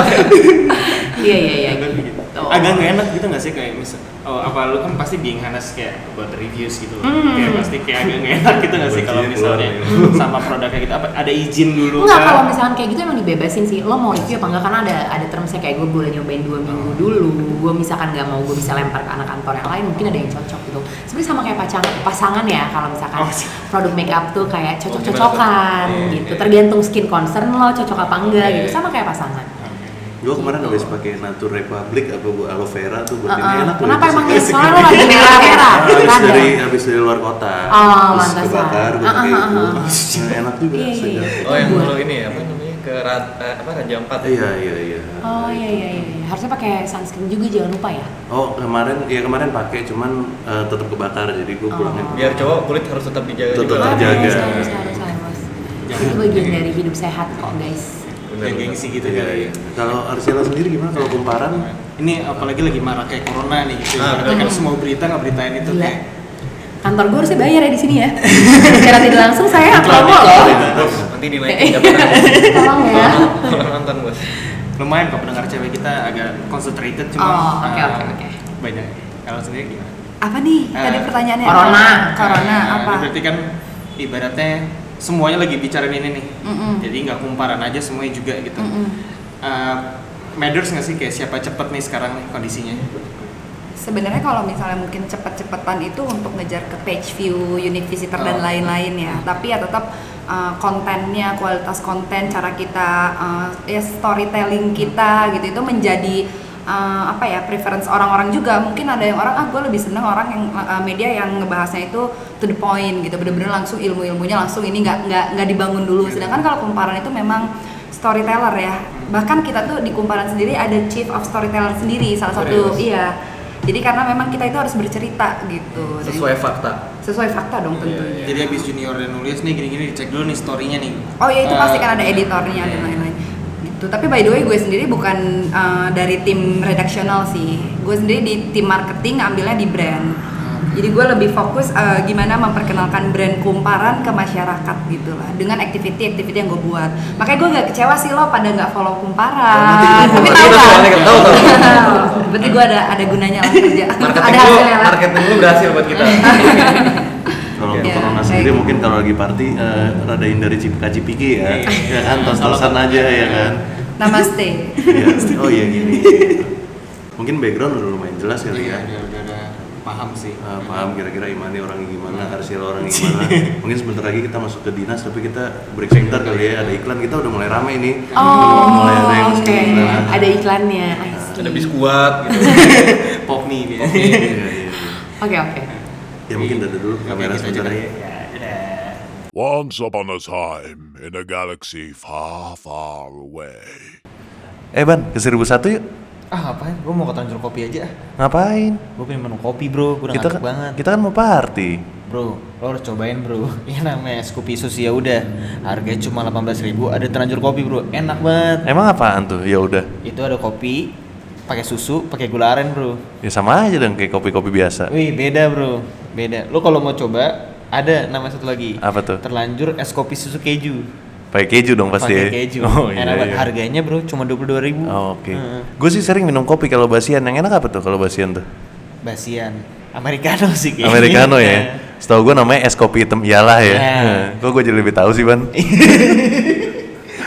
S5: iya iya iya
S2: Agak
S5: gitu
S2: gitu. Agak nggak enak gitu nggak sih kayak misal, oh apa lu kan pasti being honest kayak buat reviews gitu,
S5: Hmm.
S2: kayak pasti kayak agak nggak enak gitu nggak sih kalau
S3: Kuncinya keluar
S2: misalnya
S3: ya.
S2: sama produknya gitu, apa ada izin dulu?
S5: Enggak,
S2: kah?
S5: kalau misalkan kayak gitu emang dibebasin sih Lo mau review apa enggak, karena ada ada termsnya kayak gue boleh nyobain dua minggu dulu Gue misalkan nggak mau, gue bisa lempar ke anak kantor yang lain, mungkin ada yang cocok gitu Sebenarnya sama kayak pacangan, pasangan ya, kalau misalkan
S2: Oh, sih.
S5: produk makeup tuh kayak
S4: Oh,
S5: cocok-cocokan
S4: gimana tuh?
S5: gitu
S4: Iya, iya.
S5: Tergantung skin concern lo, cocok apa enggak
S4: Iya,
S5: gitu,
S4: iya.
S5: sama kayak pasangan
S3: Gua kemarin habis pakai Natur Republic apa bu aloe vera tuh buat ini
S5: Uh-uh.
S3: enak.
S5: Kenapa
S3: loh,
S5: emangnya?
S3: terus-
S5: Soalnya lo lagi merah-merah
S3: Habis
S5: Rada.
S3: dari habis dari luar kota.
S5: Oh,
S3: terus
S5: pantesan.
S3: kebakar gua pakai
S5: Ah, ah,
S3: itu.
S5: ah, ah.
S3: Nah, enak juga
S5: Iya, iya,
S3: segar.
S5: iya.
S4: Oh yang
S5: Buat.
S4: lo ini ya, apa namanya? Ke Ra- eh, apa Raja Ampat.
S3: Iya iya iya.
S5: Oh iya iya iya, iya. harusnya pakai sunscreen juga jangan lupa ya
S3: Oh kemarin ya kemarin pakai cuman eh, tetap kebakar jadi gue pulangnya.
S5: Oh.
S4: Biar cowok kulit harus tetap dijaga
S3: Tetap
S4: juga.
S5: Harus,
S3: terjaga.
S5: harus, harus, harus Itu bagian dari hidup sehat kok guys
S4: Bener,
S2: Kayak
S4: bener.
S2: gengsi gitu
S3: Iya,
S2: kali.
S3: iya. Kalau Arsila sendiri gimana kalau kumparan?
S2: Ini apalagi lagi marah kayak corona nih gitu.
S4: Ah,
S2: Berarti kan
S5: betul.
S2: semua berita nggak beritain itu
S5: Gila.
S2: kayak
S5: kantor gue harusnya bayar ya di sini ya secara tidak langsung saya promo loh
S4: nanti dinaikin jabatannya
S5: tolong ya
S4: Tolong nonton bos
S2: lumayan kok pendengar cewek kita agak concentrated cuma
S5: Oh,
S2: eh,
S5: oke, oke, oke.
S2: banyak kalau sendiri gimana
S6: Apa nih tadi
S2: Eh,
S6: pertanyaannya?
S5: Ah, corona.
S6: Corona
S2: Eh,
S6: apa?
S2: berarti kan ibaratnya semuanya lagi bicarain ini nih
S6: Mm-mm.
S2: jadi nggak kumparan aja semuanya juga gitu
S6: Mm-mm.
S2: Eh, matters nggak sih kayak siapa cepet nih sekarang nih kondisinya
S6: Sebenarnya kalau misalnya mungkin cepet-cepetan itu untuk ngejar ke page view, unique visitor dan
S2: Oh.
S6: lain-lain ya. Tapi ya tetap uh, kontennya, kualitas konten, cara kita uh, ya storytelling kita gitu itu menjadi uh, apa ya preference orang-orang juga. Mungkin ada yang orang ah gue lebih seneng orang yang uh, media yang ngebahasnya itu to the point gitu, bener-bener
S4: Hmm.
S6: langsung ilmu-ilmunya langsung ini nggak nggak nggak dibangun dulu.
S4: Iya.
S6: Sedangkan kalau kumparan itu memang storyteller ya. Bahkan kita tuh di kumparan sendiri ada chief of storyteller sendiri salah satu
S4: Serius?
S6: iya. Jadi karena memang kita itu harus bercerita gitu. Jadi-
S4: sesuai fakta
S6: sesuai fakta dong
S4: Iya,
S6: tentunya.
S2: jadi habis junior dan nulis nih gini-gini dicek dulu nih story-nya nih
S6: Oh ya itu
S2: Eh,
S6: pasti kan ada editornya dan
S2: iya.
S6: lain-lain. Gitu. Tapi by the way gue sendiri bukan uh, dari tim redaksional sih. Gue sendiri di tim marketing ambilnya di brand.
S4: Hmm.
S6: Jadi gue lebih fokus uh, gimana memperkenalkan brand kumparan ke masyarakat gitu lah dengan activity-activity yang gue buat. Makanya gue gak kecewa sih lo pada nggak
S4: Oh,
S6: follow kumparan. Tapi tahu
S4: Iya, soalnya
S6: kan?
S4: kan tahu tahu
S6: Berarti gue ada ada gunanya lah kerja. ada
S4: marketing lu
S6: hasilnya lah.
S4: marketing lu berhasil buat kita
S3: Kalau untuk
S6: Iya,
S3: corona
S6: baik.
S3: sendiri mungkin kalau lagi party eh, rada hindarin cipika cipiki ya,
S2: Iya.
S3: ya kan tos-tosan aja ya kan.
S6: Namaste.
S3: Iya. Oh iya gini. Mungkin background udah lumayan jelas
S2: Iya,
S3: kali ya.
S2: udah, udah, udah paham sih
S3: Eh, paham kira-kira Imani orangnya gimana, Arsil orangnya gimana. Mungkin sebentar lagi kita masuk ke dinas tapi kita break sebentar kali ya. Ada iklan kita udah mulai rame nih. Udah
S5: oh
S3: mulai ada yang
S5: oke
S3: iklan.
S5: ada iklannya I see.
S4: ada biskuat gitu
S2: pop nih dia.
S3: Iya, iya, iya.
S5: oke oke
S3: Ya mungkin dada dulu
S2: Oke, kita
S3: kamera sebentar
S2: juga.
S3: aja.
S7: Once upon a time, in a galaxy far, far away.
S3: Eh Ban, ke 1001 yuk.
S2: ah ngapain gue mau ke Tanjung Kopi aja
S3: Ngapain?
S2: gue pengen minum kopi bro gue udah
S3: kita
S2: ngantuk banget
S3: kita kan mau party.
S2: Bro, lo harus cobain bro. Ini namanya Scoopy Sus ya udah. Harganya cuma 18.000 ada terlanjur kopi bro. Enak banget.
S3: Emang apaan tuh? Ya udah.
S2: Itu ada kopi, pakai susu, pakai gula aren bro.
S3: Ya sama aja dong kayak kopi-kopi biasa.
S2: Wih beda bro, beda. Lo kalau mau coba ada nama satu lagi.
S3: Apa tuh?
S2: Terlanjur es kopi susu keju.
S3: Pakai keju dong pasti
S2: Pakai
S3: ya.
S2: keju.
S3: Oh iya.
S2: Enak banget.
S3: iya.
S2: Harganya bro cuma 22.000
S3: Oh, Oke.
S2: Heeh.
S3: Gue sih sering minum kopi kalau basian. Yang enak apa tuh kalau basian tuh?
S2: Basian. Americano sih kayaknya.
S3: Americano ya. Setahu gue namanya es kopi hitam iyalah ya.
S2: Ya.
S3: Kok gue jadi lebih tahu sih ban.
S2: Iya.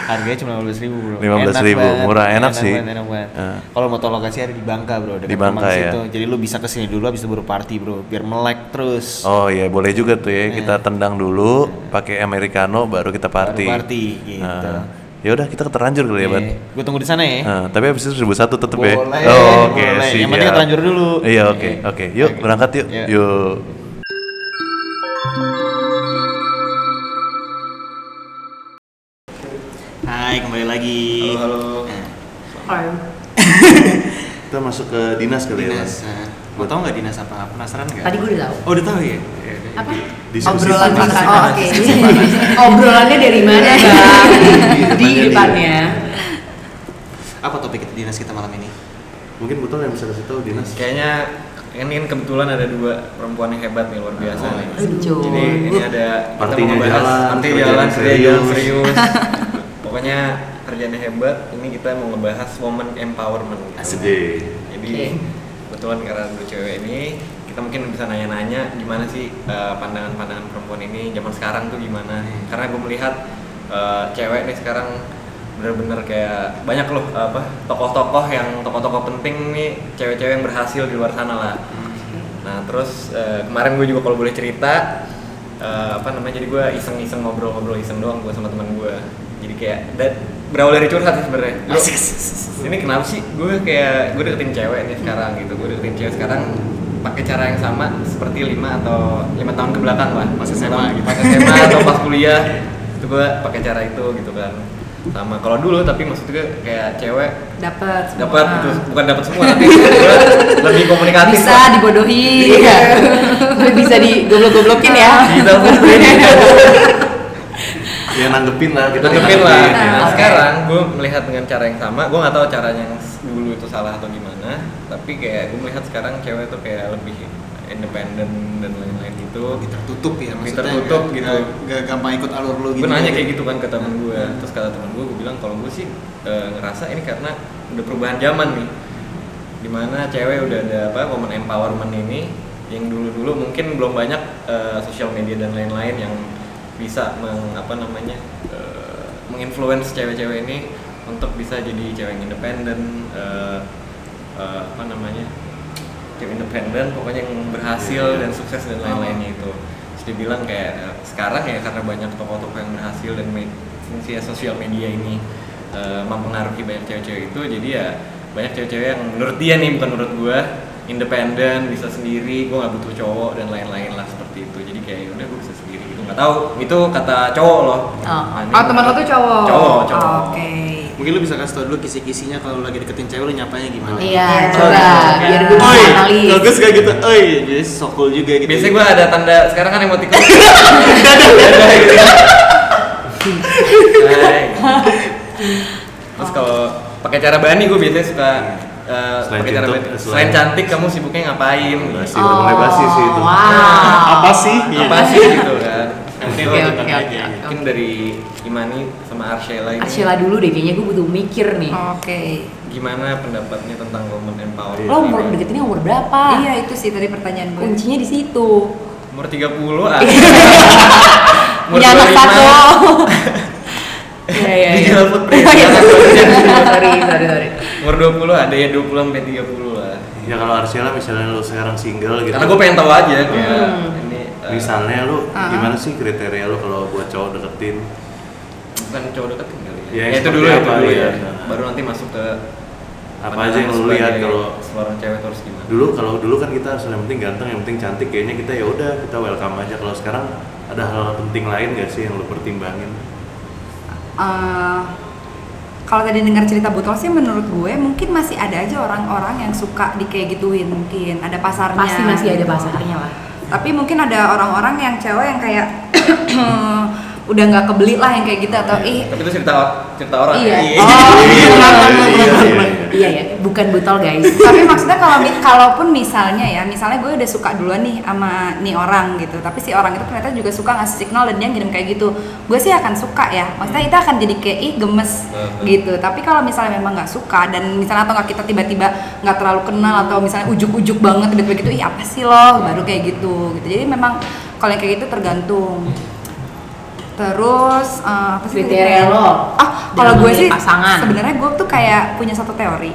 S2: Harganya cuma 15.000 bro.
S3: 15.000,
S2: Enak banget,
S3: murah, enak sih.
S2: banget, enak banget.
S3: Eh.
S2: Kalau mau tau lokasi ada di Bangka bro, dekat
S3: Di Bangka,
S2: Kemang
S3: ya.
S2: situ. Jadi lu bisa kesini dulu habis itu baru party bro, biar melek terus.
S3: Oh iya boleh juga tuh ya. Kita tendang dulu, pakai Americano baru kita
S2: Iya. Baru
S3: party.
S2: party, gitu.
S3: Nah, ya udah kita keterlanjur kali ya ban.
S2: Gue tunggu di sana ya.
S3: Nah, tapi habis itu 1001 tetep ya.
S2: Boleh,
S3: Oh, oke,
S2: boleh. Yang
S3: siap.
S2: penting keterlanjur dulu.
S3: Iya, oke,
S2: Iya.
S3: oke. Yuk,
S2: Oke.
S3: berangkat yuk.
S2: Iya.
S3: Yuk.
S2: Hai, kembali lagi. Eh,
S4: halo
S3: Kita masuk ke dinas kali ya, Mas.
S2: Dinas. eh, Mau tau nggak dinas apa? Penasaran nggak?
S5: tadi gue udah tahu
S2: Oh udah tahu ya?
S5: apa
S3: Diskusi
S5: obrolan
S3: panas.
S5: makanan
S6: Oh, oke.
S5: obrolannya dari mana bang di
S3: Di depannya dia.
S5: depannya
S2: Apa topik dinas kita malam ini?
S3: Mungkin betul yang bisa kasih tahu dinas.
S4: kayaknya ini kan kebetulan ada dua perempuan yang hebat nih luar biasa
S3: Oh,
S4: nih.
S5: Aduh.
S4: Jadi ini ada
S3: Partinya jalan,
S4: nanti
S3: kerjaan
S4: jalan kerja jalan
S3: serius.
S4: serius. Pokoknya kerjanya hebat. Ini kita mau ngebahas woman empowerment. gitu.
S3: Sedih.
S4: Jadi
S5: Oke.
S4: kebetulan karena dua cewek ini kita mungkin bisa nanya-nanya gimana sih eh, pandangan-pandangan perempuan ini zaman sekarang tuh gimana? Karena gue melihat eh, cewek nih sekarang bener-bener kayak banyak loh apa tokoh-tokoh yang tokoh-tokoh penting nih cewek-cewek yang berhasil di luar sana lah. Nah terus eh, kemarin gue juga kalau boleh cerita eh, apa namanya jadi gue iseng-iseng ngobrol-ngobrol iseng doang gue sama teman gue. Jadi kayak dan berawal dari curhat sih sebenarnya. Bro, Ini kenapa sih gue kayak gue deketin cewek nih sekarang gitu. Gue deketin cewek sekarang pakai cara yang sama seperti lima atau lima tahun ke belakang lah pas SMA gitu. Pas SMA atau pas kuliah itu gue pakai cara itu gitu kan sama kalau dulu tapi maksud gue kayak cewek
S6: Dapat. semua.
S4: dapat gitu bukan dapat semua tapi gue lebih komunikatif
S6: bisa
S4: lah.
S6: dibodohi
S5: Iya. Gue bisa di goblok-goblokin ya.
S4: Digital footprint.
S3: Ya nanggepin lah, kita
S4: Tanggepin lah.
S3: nanggepin, ya.
S4: Nah,
S5: Oke.
S4: sekarang gue melihat dengan cara yang sama. Gue nggak tahu caranya yang s- dulu itu salah atau gimana. Tapi kayak gue melihat sekarang cewek tuh kayak lebih independen dan lain-lain gitu
S2: Lebih tertutup ya
S4: Lebih
S2: maksudnya
S4: tertutup
S2: nggak-
S4: gitu.
S2: nggak- nggak gampang ikut alur lu gitu
S4: gue nanya kayak gitu kan ke temen gue terus kata temen gue gue bilang kalau gue sih eh, ngerasa ini karena udah perubahan zaman nih dimana cewek udah ada apa woman empowerment ini yang dulu-dulu mungkin belum banyak eh, sosial media dan lain-lain yang bisa meng, apa namanya eh, menginfluence cewek-cewek ini untuk bisa jadi cewek yang independen eh, eh, apa namanya cewek independen pokoknya yang berhasil
S6: Iya,
S4: dan sukses dan
S6: Oh.
S4: lain-lainnya itu terus dia bilang kayak eh, sekarang ya karena banyak tokoh-tokoh yang berhasil dan me- fungsi ya sosial media ini eh, mempengaruhi banyak cewek-cewek itu jadi ya banyak cewek-cewek yang menurut dia nih bukan menurut gua independen bisa sendiri gua nggak butuh cowok dan lain-lain lah seperti itu jadi kayak udah gua bisa sendiri gitu nggak tahu itu kata cowok loh Nah,
S5: Oh.
S4: Ini
S6: Oh, teman lo tuh cowok.
S4: cowok cowok
S6: Oke.
S2: mungkin lu bisa kasih tau dulu kisi-kisinya kalau lagi deketin cewek lu nyapanya gimana
S5: Iya,
S6: Iya,
S5: coba
S6: coba.
S5: biar gue bisa
S2: Oi,
S5: analis.
S2: kalau gue suka gitu, oi, jadi sokul juga gitu.
S4: biasanya gua ada tanda sekarang kan emoticon Hai. Terus kalau pakai cara bani gue biasanya suka eh,
S3: Selain
S4: pakai cara
S3: cinta,
S4: bani.
S3: selain-
S4: Selain cantik kamu sibuknya ngapain?
S3: Basi, udah mulai basi sih itu.
S5: Oh, Wow.
S2: Apa sih?
S4: Apa sih gitu kan?
S2: Oke,
S5: Iya. Oke,
S2: oke,
S5: oke,
S2: oke.
S5: oke.
S4: Mungkin dari Imani sama Arshela ini
S5: Arshila dulu deh, kayaknya gue butuh mikir nih.
S6: Oke.
S4: gimana pendapatnya tentang woman empowerment?
S3: Iya.
S5: Lo umur deketinnya umur berapa?
S6: Iya, itu sih tadi pertanyaan gue.
S5: Kuncinya di situ.
S4: Umur 30
S5: Iya,
S4: ah. Umur
S5: Punya anak
S4: 25.
S5: satu. Iya, iya, iya.
S4: Digital footprint.
S5: Sorry, sorry, sorry.
S4: Umur 20 ada ya 20 sampai 30 lah.
S3: Ya kalau Arsyla misalnya lu sekarang single gitu.
S4: Karena gue pengen tahu aja kayak ini eh,
S3: misalnya lu
S6: Ah.
S3: gimana sih kriteria lu kalau buat cowok deketin?
S4: bukan cowok deket kali
S3: Ya,
S4: ya.
S3: yang
S4: Ya, itu
S3: seperti
S4: dulu ya, itu
S3: apa,
S4: dulu ya.
S3: iya. Nah.
S4: Baru nanti masuk ke
S3: Apa aja yang lu
S4: sebagai
S3: lihat kalau-
S4: seorang cewek itu harus gimana?
S3: Dulu kalau dulu kan kita harus yang penting ganteng, yang penting cantik kayaknya kita ya udah kita welcome aja. Kalau sekarang ada hal penting lain gak sih yang lu pertimbangin?
S6: Eh, kalau tadi dengar cerita butol sih menurut gue mungkin masih ada aja orang-orang yang suka di kayak gituin mungkin ada pasarnya
S5: Pasti masih ada pasarnya lah.
S6: Oh, tapi mungkin ada orang-orang yang cewek yang kayak udah nggak kebeli lah yang kayak gitu atau ih
S4: Tapi itu cerita cerita orang.
S6: iya
S4: ya?
S6: oh
S3: Iya, iya, iya, iya.
S5: Iya ya, bukan botol guys.
S6: tapi maksudnya kalau mi- kalaupun misalnya ya misalnya gue udah suka duluan nih sama nih orang gitu tapi si orang itu ternyata juga suka ngasih signal dan dia ngirim kayak gitu gue sih akan suka ya maksudnya itu akan jadi kayak ih gemes
S4: Hmm.
S6: gitu tapi kalau misalnya memang nggak suka dan misalnya atau nggak kita tiba-tiba nggak terlalu kenal atau misalnya ujuk-ujuk banget tiba-tiba gitu ih apa sih lo baru kayak gitu gitu jadi memang kalau yang kayak gitu tergantung terus eh, apa sih tadi?
S5: Kriteria lo
S6: ah kalau gue
S5: dalam
S6: sih
S5: memilih pasangan.
S6: sebenarnya gue tuh kayak punya satu teori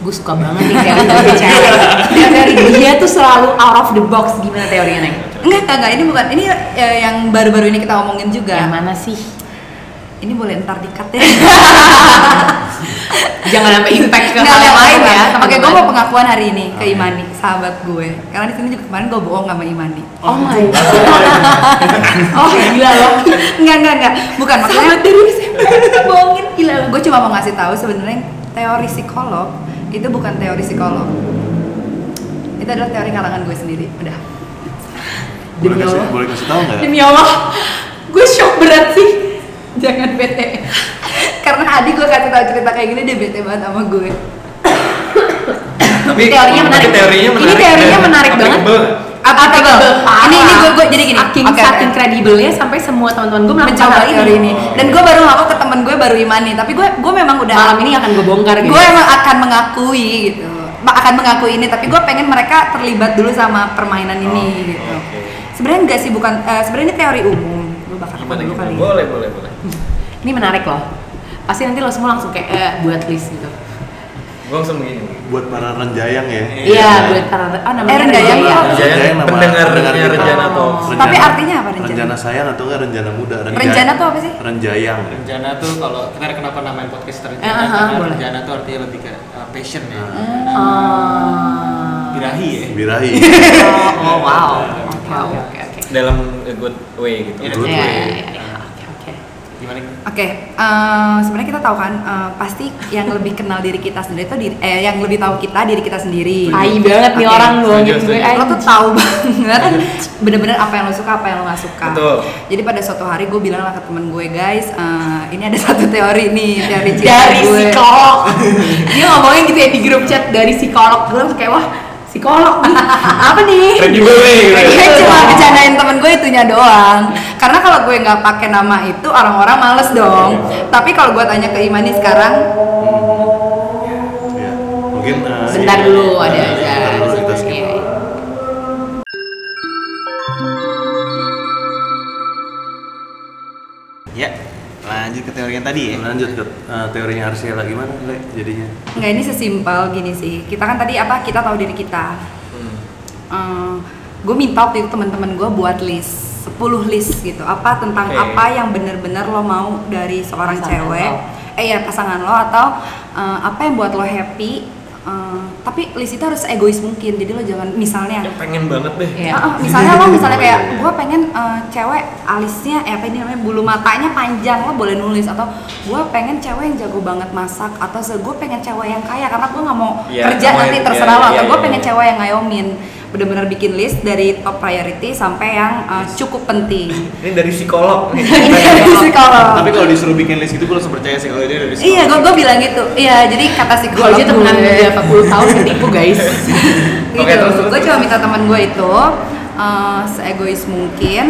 S5: Gue suka banget nih
S6: Iya,
S5: teori dari cewek. Teori dia tuh selalu out of the box gimana teorinya Neng?
S6: Enggak, enggak, enggak. Ini bukan. Ini eh, yang baru-baru ini kita omongin juga.
S5: Yang mana sih?
S6: Ini boleh ntar dikat ya.
S5: Jangan sampai impact ke
S6: Enggak,
S5: hal yang
S6: enggak,
S5: lain
S6: enggak.
S5: ya.
S6: Oke,
S5: teman-teman.
S6: gue mau pengakuan hari ini ke Imani, sahabat gue. Karena di sini juga kemarin gue bohong sama Imani.
S5: Oh my god. oh gila loh.
S6: enggak, enggak, enggak. Bukan maksudnya.
S5: Sahabat dari SMP bohongin gila loh.
S6: Gue cuma mau ngasih tahu sebenarnya teori psikolog itu bukan teori psikolog. Itu adalah teori kalangan gue sendiri. Udah.
S3: Boleh
S5: Demi
S3: kasih
S5: Allah.
S3: boleh kasih tahu nggak?
S5: Demi Allah, gue shock berat sih. Jangan bete.
S6: Karena Adi gue kasih tahu cerita kayak gini dia bete banget sama gue.
S4: Tapi
S5: Teorinya
S4: tapi
S5: menarik.
S4: Teorinya menarik.
S5: Ini teorinya
S4: dan
S5: menarik banget.
S4: applicable.
S6: Apa Ini ini gue gue jadi gini.
S5: Saking
S6: Oke, oke.
S5: saking kredibelnya sampai semua teman-teman gue melakukan
S6: mencoba
S5: hal
S6: teori ini dan gue baru ngaku ke temen gue baru imani tapi gue gue memang udah
S5: Malam ini akan gue bongkar gitu.
S6: gue emang akan mengakui gitu Ma- akan mengakui ini tapi gue pengen mereka terlibat dulu sama permainan
S4: Oh,
S6: ini gitu sebenarnya enggak sih bukan eh, sebenarnya ini teori umum gue bakar rokok
S4: Gimana
S6: dulu
S4: gimana?
S6: kali ya.
S4: Boleh, boleh, boleh.
S5: Ini menarik loh. Pasti nanti lo semua langsung kayak eh, buat list gitu.
S4: Gue langsung begini.
S3: Buat para renjayang ya.
S5: Iya, buat para oh namanya
S6: Eh, Rendayang
S5: Rendayang.
S6: tuh
S4: Renjayang,
S3: Renjayang nama- pendengar
S4: pendengarnya
S3: kita.
S4: Renjana Talks.
S6: Tapi artinya apa Renjana?
S3: Renjana sayang atau enggak Renjana muda?
S6: Renjana tuh apa sih?
S3: Renjayang. ya.
S2: Rencana tuh kalau kita kenapa namain podcast rencana?
S5: Eh, aha,
S2: karena
S5: boleh. Eh,
S2: rencana tuh artinya lebih ke uh, passion ya,
S5: Ah.
S2: birahi ya.
S3: Birahi.
S5: Oh, oh, wow. Oke oke oke oke.
S4: Dalam a good way gitu.
S2: Iya,
S3: Good
S5: Iya,
S3: way.
S5: iya, iya, iya. Oke oke.
S2: Gimana?
S6: Oke, eh, sebenarnya kita tahu kan eh, pasti yang lebih kenal diri kita sendiri itu diri- eh yang lebih tahu kita diri kita sendiri.
S5: Tai banget nih
S6: Oke.
S5: orang bohongin
S4: Setuju,
S5: gue.
S4: setuju.
S6: lo tuh tahu banget bener-bener apa yang lo suka apa yang lo nggak suka
S4: Betul.
S6: jadi pada suatu hari gue bilang lah ke temen gue guys eh, ini ada satu teori nih teori cinta
S5: dari
S6: gue
S5: psikolog dia ngomongin gitu ya di grup chat dari psikolog gue langsung kayak wah si
S6: psikolog nih apa nih
S2: Keren juga nih, gitu ya.
S6: Iya, cuma bercandain temen gue itunya doang karena kalau gue nggak pakai nama itu orang-orang males dong tapi kalau gue tanya ke Imani sekarang
S3: Ya. Mungkin eh,
S5: Bentar
S3: iya.
S5: dulu ada
S3: Nah,
S5: aja.
S3: Bentar dulu kita skip.
S5: Iya, iya.
S2: Ya, lanjut ke teori yang tadi ya.
S3: Lanjut ke eh, teorinya Arsiela gimana Le jadinya?
S6: nggak ini sesimpel gini sih kita kan tadi apa kita tahu diri kita Ehm, gue minta waktu itu teman-teman gue buat list 10 list gitu apa tentang
S4: Oke.
S6: apa yang bener-bener lo mau dari seorang
S5: Pasangan
S6: cewek eh ya pasangan lo atau eh, apa yang buat lo happy eh, tapi list itu harus egois mungkin jadi lo jangan misalnya
S4: Ya, pengen banget deh.
S5: Iya.
S6: Ah, ah, misalnya lo misalnya kayak gue pengen eh, cewek alisnya eh apa ini namanya bulu matanya panjang lo boleh nulis atau gue pengen cewek yang jago banget masak atau gue pengen cewek yang kaya karena gue nggak mau
S4: Iya,
S6: kerja
S4: sama
S6: nanti
S4: itu. Iya,
S6: terserah lo
S4: iya,
S6: atau gue
S4: iya,
S6: pengen
S4: iya.
S6: cewek yang ngayomin bener-bener bikin list dari top priority sampai yang eh, cukup penting
S4: Ini dari psikolog. nih.
S6: ini dari psikolog
S2: Tapi kalau disuruh bikin list itu gue langsung percaya sih Ya, kalau dia dari psikolog.
S6: iya gue gue bilang gitu iya jadi kata
S5: Gue
S6: psikolog
S5: aja temenan
S6: gue.
S5: berapa puluh tahun ketipu guys.
S6: gitu.
S4: Oke, terus, terus,
S6: gue
S4: terus.
S6: cuma minta teman gue itu eh, seegois mungkin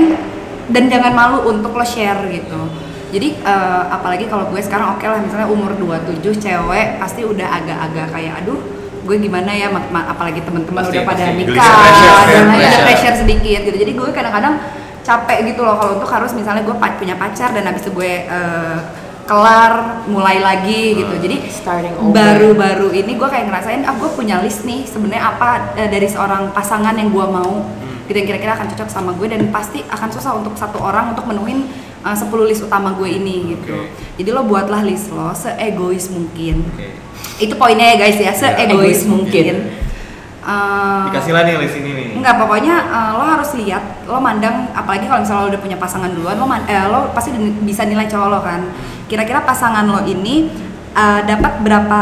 S6: dan jangan malu untuk lo share gitu. Jadi eh, apalagi kalau gue sekarang oke lah misalnya umur 27 cewek pasti udah agak-agak kayak aduh gue gimana ya ma- ma- apalagi teman-teman
S4: Pasti,
S6: udah pada
S4: pasti.
S6: nikah
S4: Gelisah, pressure,
S6: dan lain-lain, ada
S4: pressure.
S6: pressure sedikit gitu. Jadi gue kadang-kadang capek gitu loh kalau untuk harus misalnya gue pa- punya pacar dan habis itu gue eh, kelar mulai lagi gitu. Jadi
S5: Hmm. Starting over.
S6: baru-baru ini gue kayak ngerasain ah gue punya list nih sebenarnya apa eh, dari seorang pasangan yang gue mau
S5: Hmm.
S6: gitu yang kira-kira akan cocok sama gue dan pasti akan susah untuk satu orang untuk menuhin eh, 10 list utama gue ini gitu jadi lo buatlah list lo seegois mungkin
S4: Oke.
S6: itu poinnya ya guys
S5: Iya,
S6: ya
S5: Egois
S6: seegois mungkin
S5: mungkin.
S6: Eh,
S4: Dikasihlah nih list ini nih.
S6: Enggak, pokoknya eh, lo harus lihat, lo mandang apalagi kalau misalnya lo udah punya pasangan duluan, lo man- eh, lo pasti udah bisa nilai cowok lo kan. Kira-kira pasangan lo ini eh, dapat berapa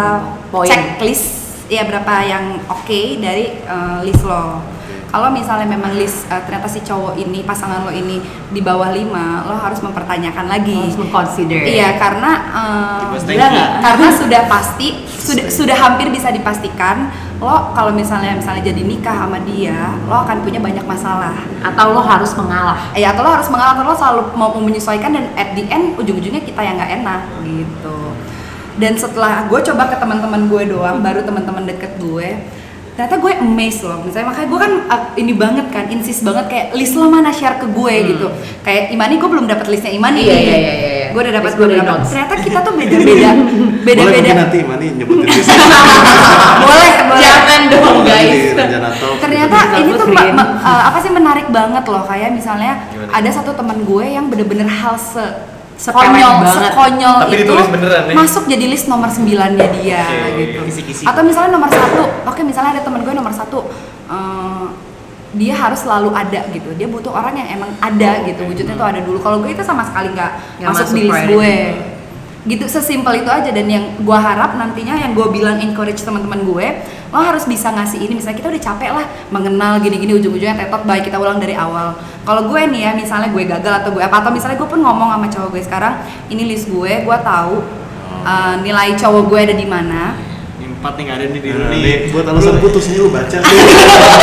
S5: Poin.
S6: checklist ya berapa yang oke dari eh, list lo. Kalau misalnya memang list eh, ternyata si cowok ini pasangan lo ini di bawah 5, lo harus mempertanyakan lagi.
S5: Harus mengconsider.
S6: Iya, karena eh,
S2: Tipe
S5: Gila nggak?
S6: karena sudah pasti sudah sudah hampir bisa dipastikan lo kalau misalnya misalnya jadi nikah sama dia lo akan punya banyak masalah
S5: Atau lo harus mengalah.
S6: ya atau lo harus mengalah atau lo selalu mau menyesuaikan dan at the end ujung-ujungnya kita yang nggak enak gitu dan setelah gue coba ke teman-teman gue doang baru teman-teman deket gue ternyata gue amazed loh misalnya makanya gue kan uh, ini banget kan insist banget kayak list lo mana share ke gue gitu kayak Imani gue belum dapat listnya Imani
S5: Hmm. Iya,
S6: nih.
S5: iya, iya, iya, iya.
S6: gue udah dapat
S5: List
S6: gue
S5: gue
S6: udah
S5: dari
S6: dapat
S5: notes.
S6: ternyata kita tuh beda-beda
S3: Boleh
S6: beda-beda
S3: mungkin nanti Mani nyebutin list
S6: boleh boleh
S5: Jangan dong
S3: Jadi
S5: guys.
S3: rencana top. gitu.
S5: Bisa
S6: ternyata ini
S5: lu
S6: tuh ma-
S5: green.
S6: ma- eh, apa sih menarik banget loh kayak misalnya
S4: Gimana?
S6: ada satu teman gue yang bener-bener hal se
S5: Sepele
S6: sekonyol
S5: banget.
S6: sekonyol
S4: Tapi
S6: itu
S4: ditulis beneran nih.
S6: masuk jadi list nomor 9-nya dia
S4: Oke,
S6: gitu
S2: kisi-kisi.
S6: atau misalnya nomor satu oke misalnya ada teman gue nomor satu eh, dia harus selalu ada gitu dia butuh orang yang emang ada gitu wujudnya tuh ada dulu kalau gue itu sama sekali nggak
S5: Nggak
S6: masuk,
S5: masuk
S6: di list
S5: priority.
S6: gue gitu sesimpel itu aja dan yang gue harap nantinya yang gue bilang encourage teman-teman gue lo harus bisa ngasih ini misalnya kita udah capek lah mengenal gini-gini ujung-ujungnya tetot baik kita ulang dari awal kalau gue nih ya misalnya gue gagal atau gue apa atau misalnya gue pun ngomong sama cowok gue sekarang ini list gue gue tahu uh, nilai cowok gue ada di mana
S2: Ini Empat nih nggak ada nih di
S3: Nah,
S2: nih.
S3: Le, buat alasan putus nih lu baca Iya, tuh.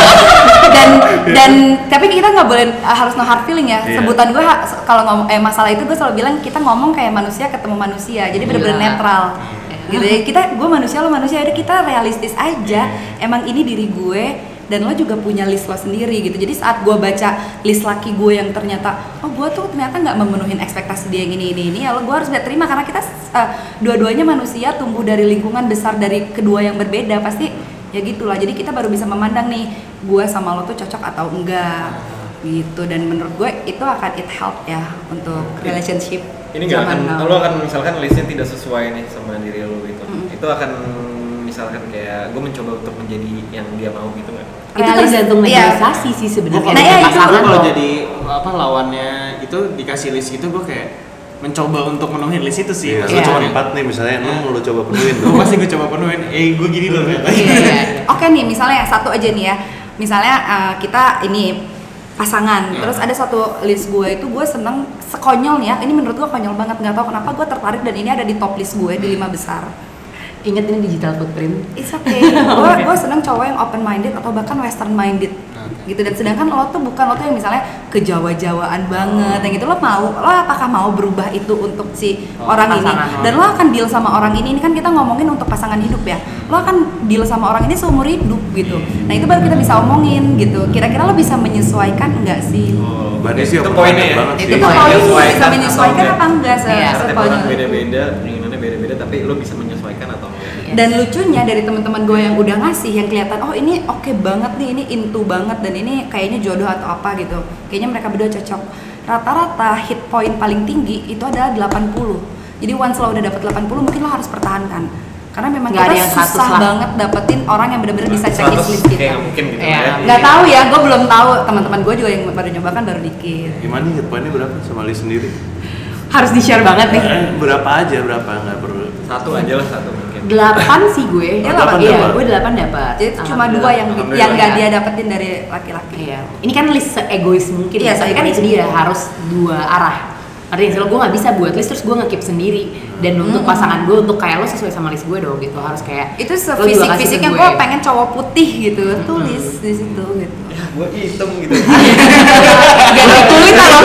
S6: dan dan tapi kita nggak boleh uh, harus no hard feeling ya
S3: Iya.
S6: sebutan gue ha- kalau ngomong eh masalah itu gue selalu bilang kita ngomong kayak manusia ketemu manusia jadi benar-benar
S5: Gila.
S6: netral gitu ya kita gue manusia lo manusia udah kita realistis aja
S4: Iya.
S6: emang ini diri gue dan lo juga punya list lo sendiri gitu jadi saat gue baca list laki gue yang ternyata oh gue tuh ternyata nggak memenuhi ekspektasi dia yang ini ini ini ya lo gue harus bisa terima karena kita uh, dua-duanya manusia tumbuh dari lingkungan besar dari kedua yang berbeda pasti ya gitulah jadi kita baru bisa memandang nih gue sama lo tuh cocok atau enggak gitu dan menurut gue itu akan it help ya untuk relationship
S4: Iya. Ini nggak akan,
S6: zaman now.
S4: lo akan misalkan listnya tidak sesuai nih sama diri lo gitu.
S6: Mm-mm.
S4: Itu akan misalkan kayak gue mencoba untuk menjadi yang dia mau gitu nggak?
S5: Itu
S6: Realis-
S5: tergantung
S6: iya.
S5: negosiasi sih sebenarnya.
S6: Nah, iya,
S5: dengan
S6: itu
S5: pasangan
S2: kalau
S5: lo.
S2: jadi apa lawannya itu dikasih list gitu gue kayak mencoba untuk memenuhi list itu sih.
S3: Iya,
S2: Maksudnya
S3: lu
S5: Iya.
S3: cuma
S2: cuman
S3: empat nih misalnya, lu mau lu coba penuhin
S2: Gue
S3: dong.
S2: pasti gue coba penuhin. Eh gue gini loh. ternyata.
S5: Iya, iya.
S6: Oke nih, misalnya satu aja nih ya. Misalnya eh, kita ini pasangan,
S2: Iya.
S6: terus ada satu list gue itu gue seneng sekonyol nih ya. Ini menurut gue konyol banget, nggak tahu kenapa gue tertarik dan ini ada di top list gue di lima besar.
S5: Ingat ini digital footprint.
S6: It's okay. Gue gue seneng cowok yang open minded atau bahkan western minded
S2: Oke.
S6: gitu dan sedangkan lo tuh bukan lo tuh yang misalnya ke Jawa-jawaan banget yang gitu lo mau lo apakah mau berubah itu untuk si
S5: Oh,
S6: orang ini
S5: pasangan lo.
S6: dan lo akan deal sama orang ini ini kan kita ngomongin untuk pasangan hidup ya lo akan deal sama orang ini seumur hidup gitu nah itu baru kita bisa omongin gitu kira-kira lo bisa menyesuaikan enggak sih
S3: Oh, Berarti sih
S4: itu
S3: open
S4: poinnya ya.
S3: banget
S5: Itu
S3: sih.
S6: itu kalau
S5: Menyesuaikan
S6: lo bisa
S4: Oh, atau
S6: menyesuaikan
S4: enggak?
S6: apa enggak se-
S5: Iya.
S4: Karena tiap
S6: sepoi-
S4: orang beda-beda, keinginannya beda-beda, tapi lo bisa menyesuaikan atau enggak?
S5: Iya.
S6: dan lucunya dari teman-teman gue yang udah ngasih yang kelihatan oh ini oke banget nih ini into banget dan ini kayaknya jodoh atau apa gitu kayaknya mereka berdua cocok rata-rata hit point paling tinggi itu adalah 80 jadi once lo udah dapet 80 mungkin lo harus pertahankan karena memang
S5: Nggak ada
S6: kita
S5: yang 100
S6: susah
S5: lah.
S6: banget dapetin orang yang bener-bener bisa checklist list
S4: Kayak
S6: kita
S4: nggak mungkin gitu
S5: Iya.
S4: ya.
S6: nggak tahu ya gue belum tahu teman-teman gue juga yang baru nyoba kan baru dikit
S3: Gimana hit pointnya berapa sama Li sendiri?
S5: Harus di-share banget nih.
S3: Eh, berapa aja berapa nggak perlu.
S4: Satu aja lah satu mungkin.
S5: 8 sih gue.
S6: Dia
S3: delapan
S5: Iya,
S3: dapat.
S5: gue 8 dapat.
S6: jadi itu cuma dua yang
S4: Alhamdulillah.
S6: yang nggak dia dapetin dari laki-laki
S5: ya. Iya. Ini kan list egois mungkin
S6: Iya,
S5: ya, tapi kan
S6: se-egois
S5: itu dia
S6: mungkin.
S5: harus dua arah. Artinya sih lo gue nggak bisa buat list terus gue ngekip sendiri dan untuk
S6: Mm-mm.
S5: pasangan gue untuk kayak lo sesuai sama list gue dong gitu harus kayak
S6: itu
S5: lo juga
S6: fisik
S5: kasih ke
S6: fisiknya gue "Oh, pengen cowok putih gitu tulis di situ gitu
S4: Gue hitung gitu.
S5: Iya,
S6: Iya. Gak ada tulisan loh.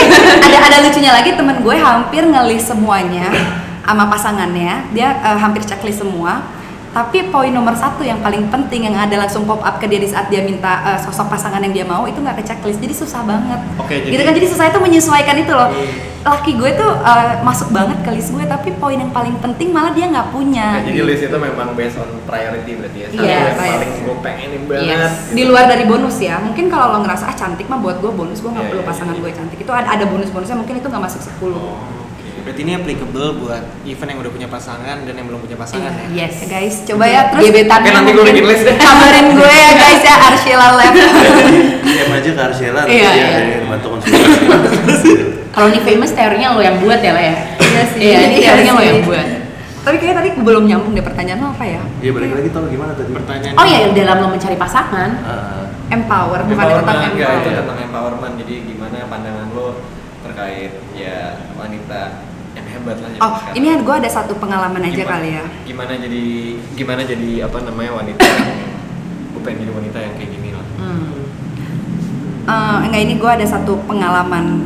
S6: ada ada lucunya lagi temen gue hampir ngelis semuanya sama pasangannya dia eh, hampir checklist semua tapi poin nomor satu yang paling penting yang ada langsung pop up ke dia di saat dia minta eh, sosok pasangan yang dia mau itu nggak ke checklist jadi susah banget
S4: Oke, jadi- Hmm.
S6: gitu kan jadi susah itu menyesuaikan itu loh laki gue tuh eh, masuk banget ke list gue tapi poin yang paling penting malah dia nggak punya
S4: Jadi list itu memang based on priority berarti ya. Satu
S6: Iya,
S4: yang
S6: priority. Iya.
S4: paling gue pengenin banget.
S5: Yes.
S4: gitu.
S6: di luar dari bonus ya mungkin kalau lo ngerasa ah cantik mah buat gue bonus gue
S4: Iya,
S6: nggak perlu
S4: iya,
S6: pasangan
S4: iya.
S6: gue cantik itu ada ada bonus bonusnya mungkin itu nggak masuk 10
S4: Oh, oke.
S2: Berarti ini applicable buat event yang udah punya pasangan dan yang belum punya pasangan ya.
S5: Yes.
S6: Ya, guys coba ya terus
S4: iya.
S5: Gebetannya
S4: Oke, nanti gue
S5: mungkin.
S4: bikin list deh.
S6: kabarin gue ya guys ya Arshila Lab
S3: DM aja Iya, ke Arshela nanti
S5: Iya,
S3: dia
S5: iya.
S3: ada yang bantu konsultasi.
S5: Kalau ini famous teorinya lo yang buat ya lah ya.
S6: Iya sih.
S5: Iya, ini
S6: Iya
S5: teorinya lo
S6: sih.
S5: yang buat.
S6: tapi kayaknya tadi belum nyambung deh pertanyaan lo apa ya
S3: Iya balik lagi tau gimana tadi?
S2: Pertanyaan
S5: Oh ya dalam lo mencari pasangan.
S3: Ah,
S6: empower bukan tentang
S4: Empowerment, enggak, itu
S6: empower
S3: Iya.
S4: tentang empowerment. Jadi gimana pandangan lo terkait ya wanita yang hebat lah.
S6: oh
S4: zaman sekarang.
S6: ini gue ada satu pengalaman aja
S4: Gimana-
S6: kali ya
S4: Gimana jadi gimana jadi apa namanya wanita? yang- gue pengen jadi wanita yang kayak gini lah.
S5: Hmm.
S6: Eh, enggak ini gue ada satu pengalaman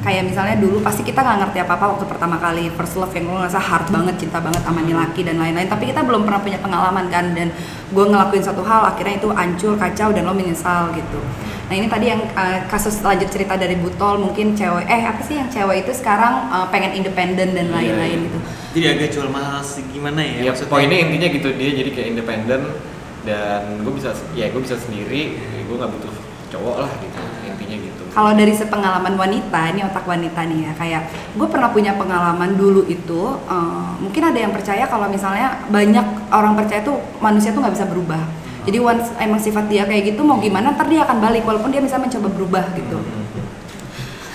S6: kayak misalnya dulu pasti kita nggak ngerti apa apa waktu pertama kali first love yang lo ngerasa hard banget cinta banget sama nih laki dan lain-lain tapi kita belum pernah punya pengalaman kan dan gue ngelakuin satu hal akhirnya itu hancur kacau dan lo menyesal gitu nah ini tadi yang eh, kasus lanjut cerita dari Butol mungkin cewek eh apa sih yang cewek itu sekarang eh, pengen independen dan
S4: Iya,
S6: lain-lain
S4: iya.
S6: gitu
S2: Jadi agak jual mahal sih gimana ya?
S6: Iya,
S3: Iya,
S4: Ya, poinnya intinya gitu dia jadi kayak independen dan gue bisa ya gue bisa sendiri, gue nggak butuh cowok lah gitu intinya gitu.
S6: Kalau dari sepengalaman wanita, ini otak wanita nih ya, kayak gue pernah punya pengalaman dulu itu, eh, mungkin ada yang percaya kalau misalnya banyak orang percaya tuh manusia tuh nggak bisa berubah. Jadi once emang sifat dia kayak gitu, mau gimana ntar dia akan balik, walaupun dia misalnya mencoba berubah gitu.
S4: Hmm.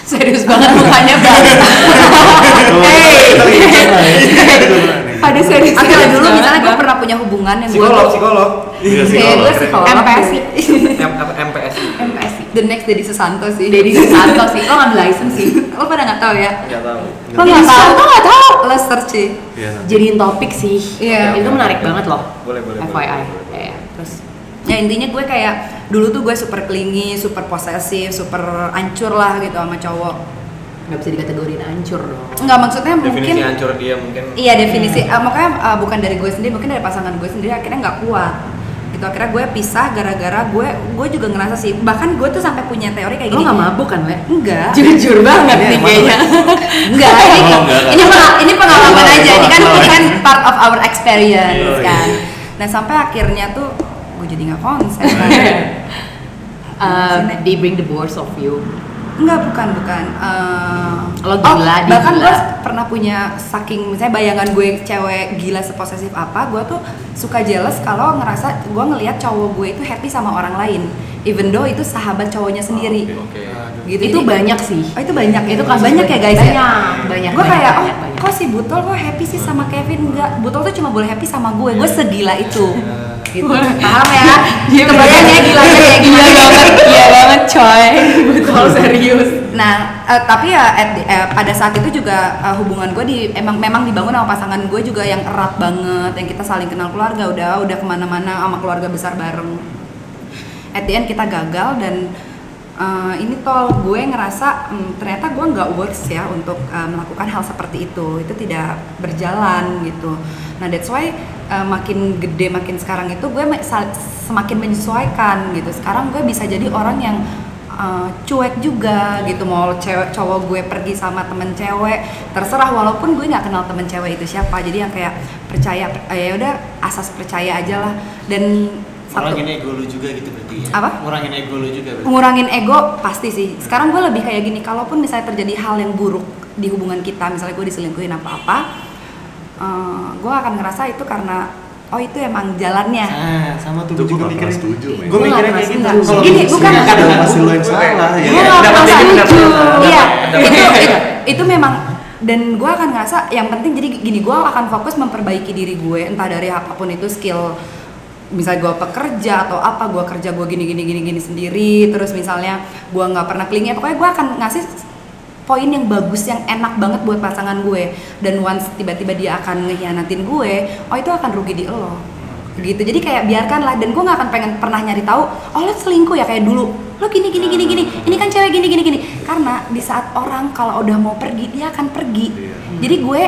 S5: Serius banget mukanya banget.
S6: Ada serius.
S5: Agak
S6: Agak dulu
S5: banget,
S6: misalnya gue
S5: Bang.
S6: pernah punya hubungan yang gue
S4: Psikolog, psikolog.
S3: Iya
S6: Kayak gue
S3: psikolog.
S6: psikolog.
S5: MPSI.
S4: M- apa, MPS.
S6: MPSI. The next Deddy Susanto sih.
S5: Jadi Susanto sih lo ngambil license sih.
S6: Lo pada nggak tahu ya?
S4: Nggak tahu.
S5: Lo nggak tahu?
S6: Lo nggak tahu? Lo search sih.
S3: Iya, nanti.
S5: Jadiin topik sih.
S6: Iya.
S5: Itu menarik banget loh.
S4: Boleh, boleh, boleh,
S5: FYI.
S4: boleh, boleh.
S5: Iya. Terus
S6: ya intinya gue kayak dulu tuh gue super clingy, super posesif, super ancur lah gitu sama cowok.
S5: nggak bisa dikategorin hancur dong.
S6: Nggak maksudnya mungkin
S4: Definisi hancur dia mungkin.
S6: iya definisi eh, makanya eh, bukan dari gue sendiri, mungkin dari pasangan gue sendiri akhirnya nggak kuat. Gitu akhirnya gue pisah gara-gara gue gue juga ngerasa sih bahkan gue tuh sampai punya teori kayak
S5: Lo
S6: gini.
S5: nggak mabuk kan Le?
S6: Enggak.
S5: Jujur banget
S3: Iya,
S5: nih
S3: mabuk.
S5: kayaknya.
S6: Enggak, ini,
S3: Oh, enggak, enggak.
S6: ini, pengal- ini pengalaman
S3: Enggak,
S6: aja. Ini kan
S3: enggak.
S6: bukan part of our
S3: Iya,
S6: experience kan.
S3: iya.
S6: Nah sampai akhirnya tuh gue jadi nggak konsen.
S3: Oh, iya.
S5: Uh, they bring the worst of you.
S6: Enggak, bukan, bukan. Eh,
S5: Lo gila, dia gila.
S6: bahkan gue pernah punya saking misalnya bayangan gue cewek gila seposesif apa, gue tuh suka jealous kalau ngerasa gue ngelihat cowok gue itu happy sama orang lain, even though itu sahabat cowoknya sendiri.
S4: Oke.
S6: Gitu.
S5: itu
S6: Jadi-
S5: banyak sih.
S6: Oh itu banyak ya?
S5: Itu kasus
S6: banyak ya
S5: banyak,
S6: guys ya?
S5: banyak, banyak,
S6: Gue
S5: banyak,
S6: kayak, oh
S5: banyak, banyak.
S6: kok si Butol kok happy sih sama Kevin? Enggak, Butol tuh cuma boleh happy sama gue, gue segila itu
S5: Iya.
S6: gitu.
S5: Wah. Iya,
S6: Paham ya?
S5: Dia Iya
S6: Kebayang ya gilanya kayak
S5: Gila
S6: gimana?
S5: banget, gila banget coy. Betul serius.
S6: Nah, eh, tapi ya at the- eh, pada saat itu juga eh, hubungan gue di emang memang dibangun sama pasangan gue juga yang erat banget, yang kita saling kenal keluarga, udah udah kemana-mana sama keluarga besar bareng. At the end kita gagal dan eh, ini tol gue ngerasa mm, ternyata gue nggak works ya untuk eh, melakukan hal seperti itu, itu tidak berjalan gitu. Nah that's why eh, makin gede makin sekarang itu gue ma- sa- semakin menyesuaikan gitu. Sekarang gue bisa jadi orang yang uh, cuek juga gitu mau cewek cowok gue pergi sama temen cewek terserah walaupun gue nggak kenal temen cewek itu siapa jadi yang kayak percaya eh, ya udah asas percaya aja lah dan satu
S2: Ngurangin ego lu juga gitu berarti ya?
S6: Apa?
S2: Ngurangin ego lu juga berarti?
S6: ngurangin ego pasti sih sekarang gue lebih kayak gini kalaupun misalnya terjadi hal yang buruk di hubungan kita misalnya gue diselingkuhin apa apa gue akan ngerasa itu karena oh itu emang jalannya
S2: Ah, sama tuh.
S3: Itu
S2: gua juga
S3: gue gak pernah
S2: mikirin.
S3: setuju, men.
S2: Gue
S6: Gua
S2: mikirnya
S6: nggak
S2: kayak gitu.
S6: pernah setuju.
S2: Kalau
S6: Gini,
S2: lu
S6: bukan.
S2: sendiri
S3: Kadang
S2: kadang-
S3: masih lo yang salah ya.
S4: gitu.
S6: Gue
S2: Iya,
S6: gak pernah
S2: pendapat ini,
S6: setuju.
S2: pendapat ini.
S6: Iya,
S2: Pendapat
S6: itu,
S2: ini.
S6: itu, itu memang dan gue akan ngerasa yang penting jadi gini gue akan fokus memperbaiki diri gue entah dari apapun itu skill misalnya gue pekerja atau apa gue kerja gue gini gini gini gini sendiri terus misalnya gue nggak pernah kelingnya pokoknya gue akan ngasih poin yang bagus yang enak banget buat pasangan gue dan once tiba-tiba dia akan ngehianatin gue oh itu akan rugi di lo gitu jadi kayak biarkanlah dan gue nggak akan pengen pernah nyari tahu oh lo selingkuh ya kayak dulu lo gini gini gini gini ini kan cewek gini gini gini karena di saat orang kalau udah mau pergi dia akan pergi
S3: Iya.
S6: jadi gue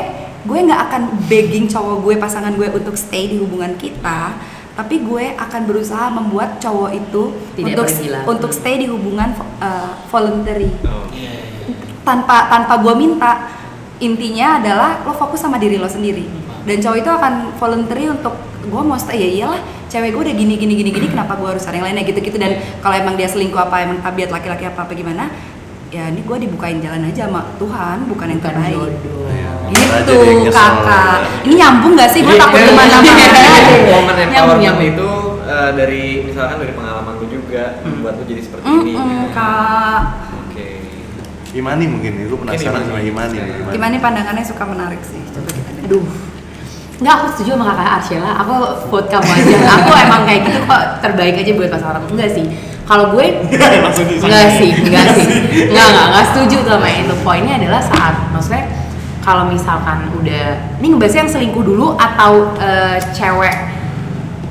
S6: gue nggak akan begging cowok gue pasangan gue untuk stay di hubungan kita tapi gue akan berusaha membuat cowok itu
S5: Tidak
S6: untuk
S5: pergi lagi.
S6: untuk stay di hubungan vo- eh, voluntary
S2: Iya, iya, iya.
S6: tanpa tanpa gue minta intinya adalah lo fokus sama diri lo sendiri dan cowok itu akan voluntary untuk gue mau stay ya iyalah cewek gue udah gini gini gini gini kenapa gue harus ada yang lainnya gitu gitu dan kalau emang dia selingkuh apa emang tabiat laki-laki apa apa gimana ya ini gue dibukain jalan aja sama Tuhan bukan yang
S5: bukan
S6: terbaik
S5: jodoh.
S3: Aja dia yang
S6: gitu
S3: nyesel.
S6: kakak ini nyambung gak sih gue
S4: Iya,
S6: takut
S4: iya.
S6: gimana Iya.
S4: Momen empowerment
S5: nyambung.
S4: itu eh, dari misalkan dari pengalaman lu juga membuat lu jadi seperti ini.
S6: Hmm,
S4: gitu.
S6: kak
S4: Oke.
S3: Imani mungkin, gue penasaran sama Imani.
S2: Iya.
S6: gimana nih pandangannya suka menarik sih coba kita dengar.
S5: Aduh. Enggak, aku setuju sama kakak Arshela. Aku vote kamu aja. aku emang kayak gitu kok terbaik aja buat pasangan. Enggak sih. Kalau gue
S6: Iya.
S2: Langsung disangka.
S5: enggak sih, enggak sih. Enggak, enggak, enggak setuju tuh sama itu. Poinnya adalah saat maksudnya kalau misalkan udah ini ngebahasnya yang selingkuh dulu atau eh, cewek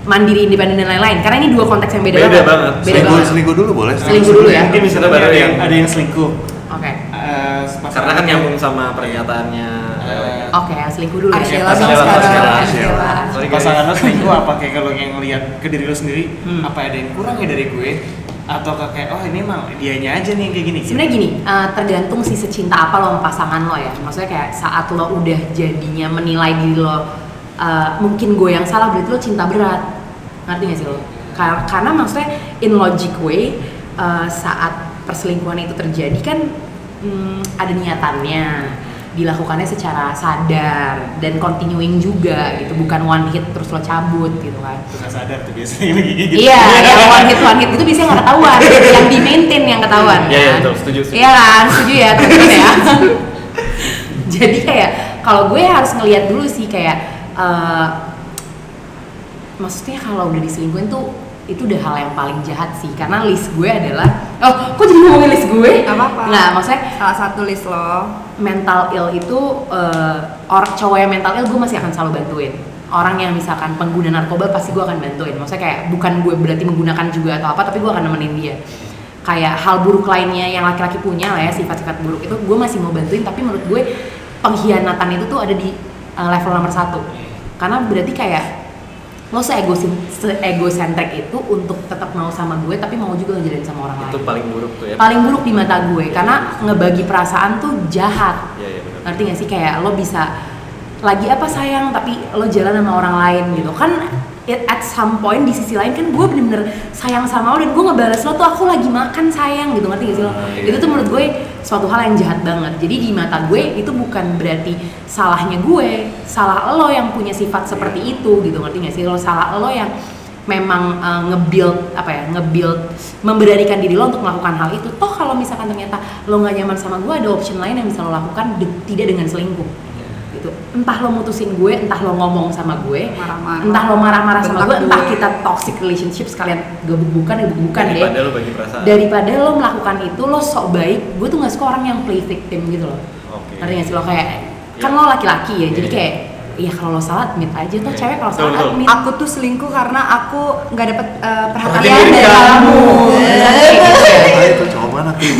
S5: mandiri independen dan lain-lain karena ini dua konteks yang beda,
S4: Beda banget.
S5: Beda
S3: Selingkuh,
S5: banget.
S3: selingkuh dulu boleh.
S5: Selingkuh dulu ya.
S2: Mungkin misalnya
S4: Baru
S2: ada
S3: Iya,
S4: yang-
S2: yang ada yang selingkuh.
S5: Oke.
S2: Eh,
S4: Karena kan nyambung sama pernyataannya.
S2: Eh,
S5: Oke, selingkuh dulu. ya.
S6: Arshela
S4: Arshela,
S6: dong sekarang
S4: Arshela,
S6: Arshela.
S5: Arshela.
S4: Sorry, guys.
S2: pasangan lo selingkuh apa kayak kalau yang ngelihat ke diri lo sendiri
S5: Hmm.
S2: apa ada yang kurang ya dari gue atau kayak oh ini emang dianya aja nih yang kayak gini
S5: Sebenarnya gini, eh, tergantung sih secinta apa lo sama pasangan lo ya. Maksudnya kayak saat lo udah jadinya menilai diri lo, eh, mungkin gue yang salah berarti lo cinta berat. Ngerti gak sih lo? Kar- Karena maksudnya in logic way, eh, saat perselingkuhan itu terjadi kan hmm, ada niatannya dilakukannya secara sadar dan continuing juga gitu bukan one hit terus lo cabut gitu kan
S2: Tuh nggak sadar tuh biasanya lagi gitu
S5: Iya, yang one hit one hit itu biasanya nggak ketahuan, yang di maintain yang ketahuan.
S4: Iya, iya,
S5: kan?
S4: betul. Setuju, setuju.
S5: Iya kan, setuju ya, teman ya. Jadi kayak kalau gue harus ngelihat dulu sih kayak eh, maksudnya kalau udah diselingkuhin tuh itu udah hal yang paling jahat sih karena list gue adalah oh kok jadi ngomongin list gue
S6: Gak apa-apa.
S5: nggak maksudnya
S6: salah satu list lo
S5: mental ill itu eh, orang cowok yang mental ill gue masih akan selalu bantuin orang yang misalkan pengguna narkoba pasti gue akan bantuin maksudnya kayak bukan gue berarti menggunakan juga atau apa tapi gue akan nemenin dia kayak hal buruk lainnya yang laki-laki punya lah ya sifat-sifat buruk itu gue masih mau bantuin tapi menurut gue pengkhianatan itu tuh ada di eh, level nomor satu karena berarti kayak lo seegosin- seegosentrik itu untuk tetap mau sama gue tapi mau juga ngejalanin sama orang lain
S4: Itu paling buruk tuh ya.
S5: paling buruk di mata gue karena ngebagi perasaan tuh jahat
S4: Iya, iya benar.
S5: ngerti gak sih kayak lo bisa lagi apa sayang tapi lo jalan sama orang lain gitu kan it- at some point di sisi lain kan gue bener-bener sayang sama lo dan gue ngebales lo tuh aku lagi makan sayang gitu ngerti gak sih lo itu tuh menurut gue suatu hal yang jahat banget jadi di mata gue itu bukan berarti salahnya gue salah lo yang punya sifat seperti itu gitu ngerti gak sih lo salah lo yang memang eh, nge-build apa ya nge-build memberanikan diri lo untuk melakukan hal itu toh
S4: Iya.
S5: kalau misalkan ternyata lo nggak nyaman sama gue ada option lain yang bisa lo lakukan de- tidak dengan selingkuh gitu entah lo mutusin gue entah lo ngomong sama gue
S6: Marah-marah.
S5: entah lo marah-marah sama
S6: Bentak
S5: gue entah
S6: gue.
S5: kita toxic relationship sekalian gebuk-gebukan gebuk-gebukan deh
S4: daripada lo bagi perasaan
S5: daripada lo melakukan itu lo sok baik gue tuh nggak suka orang yang play victim gitu loh
S4: Oke.
S5: ngerti nggak sih lo kayak kan
S4: Iya.
S5: lo laki-laki ya jadi
S4: Iya.
S5: kayak ya kalau lo salah admit aja tuh
S4: Iya.
S5: cewek kalau
S4: Betul,
S5: salah
S4: betul.
S5: admit
S6: aku tuh selingkuh karena aku nggak dapet eh, perhatian
S4: Perhatian
S6: dari
S4: dari
S6: kamu.
S5: Misalnya kayak gitu.
S3: Ah, itu cowok mana tuh?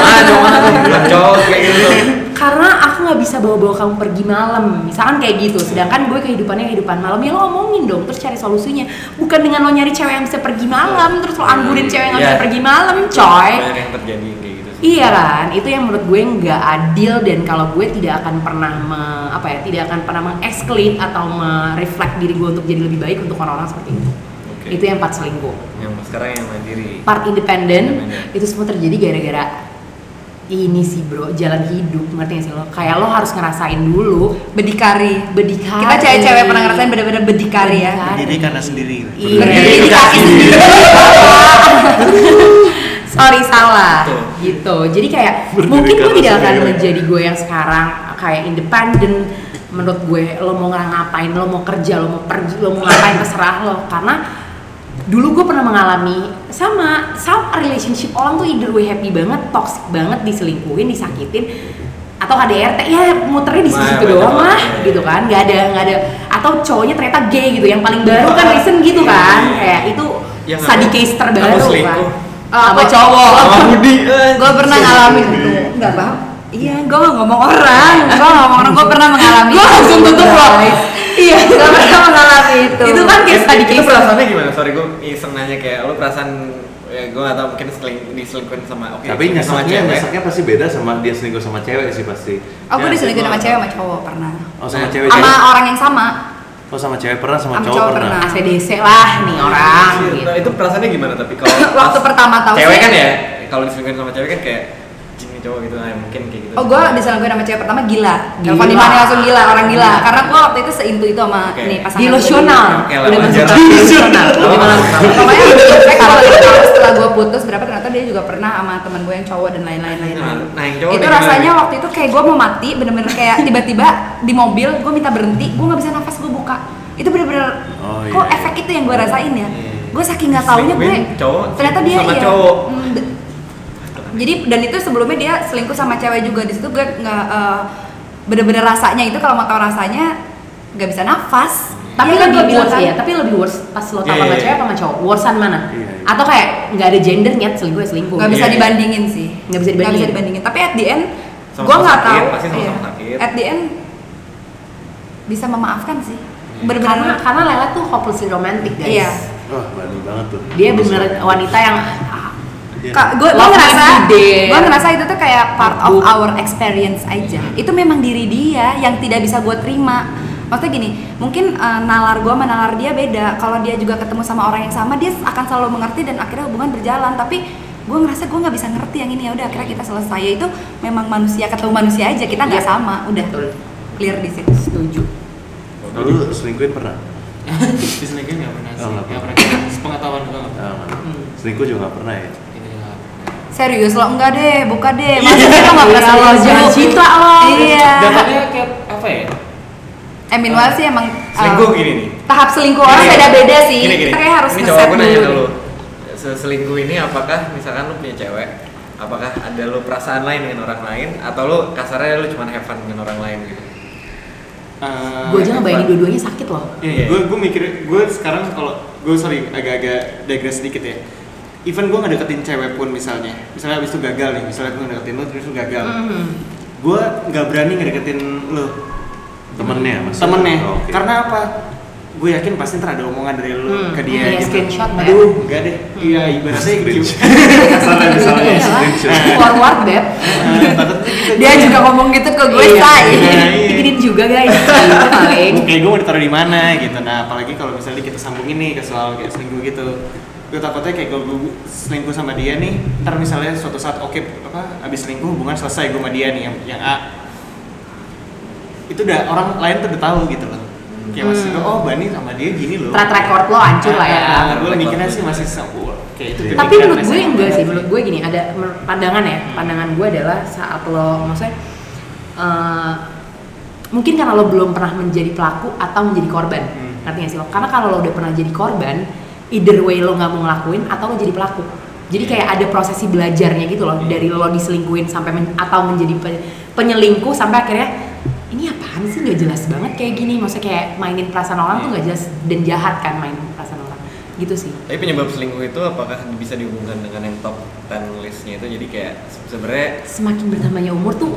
S4: ah cowok mana tuh? Bilang cowok kayak gitu
S5: Eh. karena aku nggak bisa bawa-bawa kamu pergi malam misalkan kayak gitu sedangkan gue kehidupannya kehidupan malam ya lo ngomongin dong terus cari solusinya bukan dengan lo nyari cewek yang bisa pergi malam terus lo anggurin cewek yang nggak
S4: Iya.
S5: bisa pergi malam coy
S4: banyak yang terjadi kayak gitu sih
S5: Iya kan, itu yang menurut gue nggak adil dan kalau gue tidak akan pernah me- apa ya, tidak akan pernah mengeksklin atau mereflect diri gue untuk jadi lebih baik untuk orang-orang seperti itu.
S4: Oke.
S5: Itu yang part selingkuh.
S4: yang sekarang yang mandiri
S5: Part independen
S4: Independen.
S5: itu semua terjadi gara-gara ini sih bro, jalan hidup ngerti gak sih lo? Kayak lo harus ngerasain dulu
S6: Berdikari.
S5: berdikari.
S6: Kita cewek-cewek pernah ngerasain bener-bener berdikari ya.
S3: Berdiri karena sendiri.
S5: kan? Iya.
S6: Berdiri di kaki sendiri.
S5: sorry salah
S4: Betul.
S5: gitu jadi kayak
S3: Berdiri
S5: mungkin gue
S3: karena
S5: tidak akan
S3: sendiri.
S5: menjadi gue yang sekarang kayak independen menurut gue lo mau ngapain lo mau kerja lo mau pergi lo mau ngapain terserah lo karena dulu gue pernah mengalami sama sama relationship orang tuh either way happy banget toxic banget diselingkuhin disakitin atau HDRT ya muternya di
S4: Wah,
S5: situ
S4: betul.
S5: doang lah gitu kan nggak ada nggak ada atau cowoknya ternyata gay gitu yang paling baru kan recent gitu
S4: Iya,
S5: kan kayak itu
S4: Yang apa?
S5: sadikais terbaru
S4: Kamu
S5: kan
S4: selingkuh.
S5: sama
S6: Apa?
S5: cowok
S4: sama Budi eh.
S6: Gue Oh, pernah ngalamin itu. Enggak paham. Iya, gue ngomong orang. Gue ngomong orang. Gue pernah mengalami.
S5: gue langsung tutup loh iya
S6: Gue pernah mengalami itu.
S5: itu kan kayak tadi
S4: itu perasaannya gimana? Sorry gue iseng nanya kayak lu perasaan ya gue gak tau mungkin seling, diselingkuhin sama oke
S3: Tapi
S4: sama
S3: nyesaknya,
S4: cewek
S3: nyesaknya pasti beda sama dia selingkuh sama cewek sih pasti. gitu.
S6: Oh, gue
S4: Ya,
S6: diselingkuhin sama
S4: gua-
S6: cewek sama cowok pernah.
S3: Oh sama cewek
S6: Sama
S3: cewek.
S6: orang yang sama.
S3: Oh sama cewek pernah, sama
S6: Sama
S3: cowok
S6: cowok
S3: pernah.
S6: pernah.
S5: ACDC lah nih orang gitu
S4: Nah, itu perasaannya gimana tapi kalau
S6: Waktu
S4: Oh, pas
S6: pertama tahu
S4: cewek
S6: sih-
S4: kan ya kalau diselingkuhin sama cewek kan kayak "Cing, ini cowok gitu nah, mungkin kayak gitu
S6: Oh, gue diselingkuhin sama cewek pertama gila.
S5: Gila.
S6: Telepon di mana langsung gila, orang gila. Karena gue waktu itu seintu itu sama
S4: Oke.
S6: nih pasangan.
S5: delusional
S4: Oke lah,
S5: udah masuk
S4: wajar.
S5: tahap delusional
S4: Gimana?
S6: Pokoknya respect kalau dia tahu setelah gue putus berapa ternyata dia juga pernah sama temen gue yang cowok dan lain-lain lain-lain.
S4: Nah, yang cowok
S6: itu
S4: kayak gimana,
S6: rasanya
S4: Bi?
S6: waktu itu kayak gue mau mati bener-bener kayak tiba-tiba di mobil gue minta berhenti gue nggak bisa nafas gue buka itu bener-bener
S3: Oh, iya,
S6: kok
S3: iya.
S6: efek itu yang gue rasain ya
S4: Iya.
S6: gue saking nggak taunya gue
S4: Selingkuhin cowok
S6: ternyata dia
S4: sama
S6: iya.
S4: cowok.
S6: Mm, d- jadi dan itu sebelumnya dia selingkuh sama cewek juga di situ gue nggak eh, bener-bener rasanya itu kalau mau tau rasanya nggak bisa nafas
S5: tapi
S6: Iya,
S5: lebih
S6: gua bilang
S5: worse
S6: kan.
S5: ya tapi lebih worse pas lo
S4: Iya,
S5: tau sama
S4: iya,
S5: cewek
S4: iya.
S5: apa sama cowok worsean mana
S3: Iya, iya.
S5: atau kayak nggak ada gender nyet selingkuh ya selingkuh
S6: nggak bisa
S4: Iya.
S6: dibandingin sih
S5: Nggak bisa dibandingin.
S6: dibandingin. tapi at the end
S4: Sama-sama
S6: gue nggak
S4: sakit,
S6: tahu
S4: pasti sama-sama
S6: iya.
S4: sakit.
S6: at the end bisa memaafkan sih
S4: Iya.
S5: Iya. karena
S6: benar-benar
S5: karena Lela tuh hopelessly romantic guys
S6: Iya.
S3: Wah berani banget tuh.
S5: dia bener wanita yang ah,
S3: Iya.
S6: gue
S5: Love
S6: ngerasa
S5: must be there.
S6: gue ngerasa itu tuh kayak part of
S5: Book.
S6: our experience aja itu memang diri dia yang tidak bisa gue terima maksudnya gini mungkin eh, nalar gue sama nalar dia beda kalau dia juga ketemu sama orang yang sama dia akan selalu mengerti dan akhirnya hubungan berjalan tapi gue ngerasa gue nggak bisa ngerti yang ini ya udah akhirnya kita selesai Ya itu memang manusia ketemu manusia aja kita nggak
S5: Iya.
S6: sama udah
S5: Betul.
S6: clear di situ
S5: setuju
S3: Dulu selingkuhin pernah?
S2: diselingkuhin nggak pernah sih
S3: Oh, nggak
S2: nggak
S3: pernah.
S2: pernah sepengetahuan gue nggak pernah. Iya.
S3: Ah, nggak.
S5: Hmm.
S3: selingkuh juga nggak pernah ya?
S2: Ini
S5: Iya.
S2: nggak pernah.
S6: serius lo enggak deh buka deh masa kita nggak
S5: Iya,
S6: pernah
S5: lo
S6: serius
S5: jangan
S6: dulu?
S5: cinta lo.
S6: iya
S2: Jatuhnya kayak apa ya
S6: Eh meanwhile sih emang
S4: selingkuh
S6: eh,
S4: gini nih
S6: tahap selingkuh orang beda-beda sih.
S4: gini, gini.
S6: Kita kayak harus
S4: ini
S6: ngeset
S4: cowok gue nanya
S6: dulu.
S4: dulu Se- selingkuh ini apakah misalkan lu punya cewek apakah ada lu perasaan lain dengan orang lain atau lu kasarnya lu cuma have fun dengan orang lain gitu
S2: Eh,
S5: gue aja ngebayangin dua-duanya sakit loh
S2: Iya, gue gue mikir gue sekarang kalau gue sorry agak-agak digress sedikit ya. Even gue ngedeketin cewek pun misalnya, misalnya abis itu gagal nih, misalnya gue ngedeketin lo terus lu gagal,
S5: Hmm.
S2: gue nggak berani ngedeketin lo
S3: Temennya
S6: Hmm.
S3: maksudnya?
S2: temennya,
S3: Oh, oke.
S2: karena apa? Gue yakin pasti ntar ada omongan dari lo
S5: Hmm,
S2: ke dia
S5: kayak
S2: gitu.
S5: screenshot ya. Hmm.
S2: Aduh, enggak deh. Iya, ibaratnya gitu.
S3: Salah misalnya
S5: Iya lah. forward beb
S2: Eh, takutnya gitu.
S6: Dia juga ngomong gitu ke gue,
S5: Iya.
S6: say.
S2: Iya, iya.
S5: Diginin juga guys Gitu paling
S2: kayak gue mau ditaruh di mana gitu nah apalagi kalau misalnya kita sambungin nih ke soal kayak selingkuh gitu gue takutnya kayak kalau gue selingkuh sama dia nih ntar misalnya suatu saat oke apa abis selingkuh hubungan selesai gue sama dia nih yang, yang A itu udah orang lain tuh udah tahu gitu loh kayak masih
S5: Hmm.
S2: oh Bani sama dia gini loh
S5: Track record lo hancur lah ya
S2: gue mikirnya sih masih sambung kayak itu
S3: Iya.
S5: tapi
S2: kepikiran
S5: menurut gue
S2: masih.
S5: enggak sih menurut gue gini ada menurut pandangan ya pandangan gue adalah saat lo maksudnya eh, mungkin karena lo belum pernah menjadi pelaku atau menjadi korban ngerti gak sih lo karena kalau lo udah pernah jadi korban either way lo nggak mau ngelakuin atau lo jadi pelaku jadi kayak ada prosesi belajarnya gitu loh dari lo diselingkuin sampai men- atau menjadi pe- penyelingkuh sampai akhirnya ini apaan sih gak jelas banget kayak gini maksudnya kayak mainin perasaan orang tuh gak jelas dan jahat kan main perasaan orang gitu sih
S4: Tapi penyebab selingkuh itu apakah bisa dihubungkan dengan yang top 10 listnya itu jadi kayak se- sebenarnya
S5: semakin bertambahnya umur tuh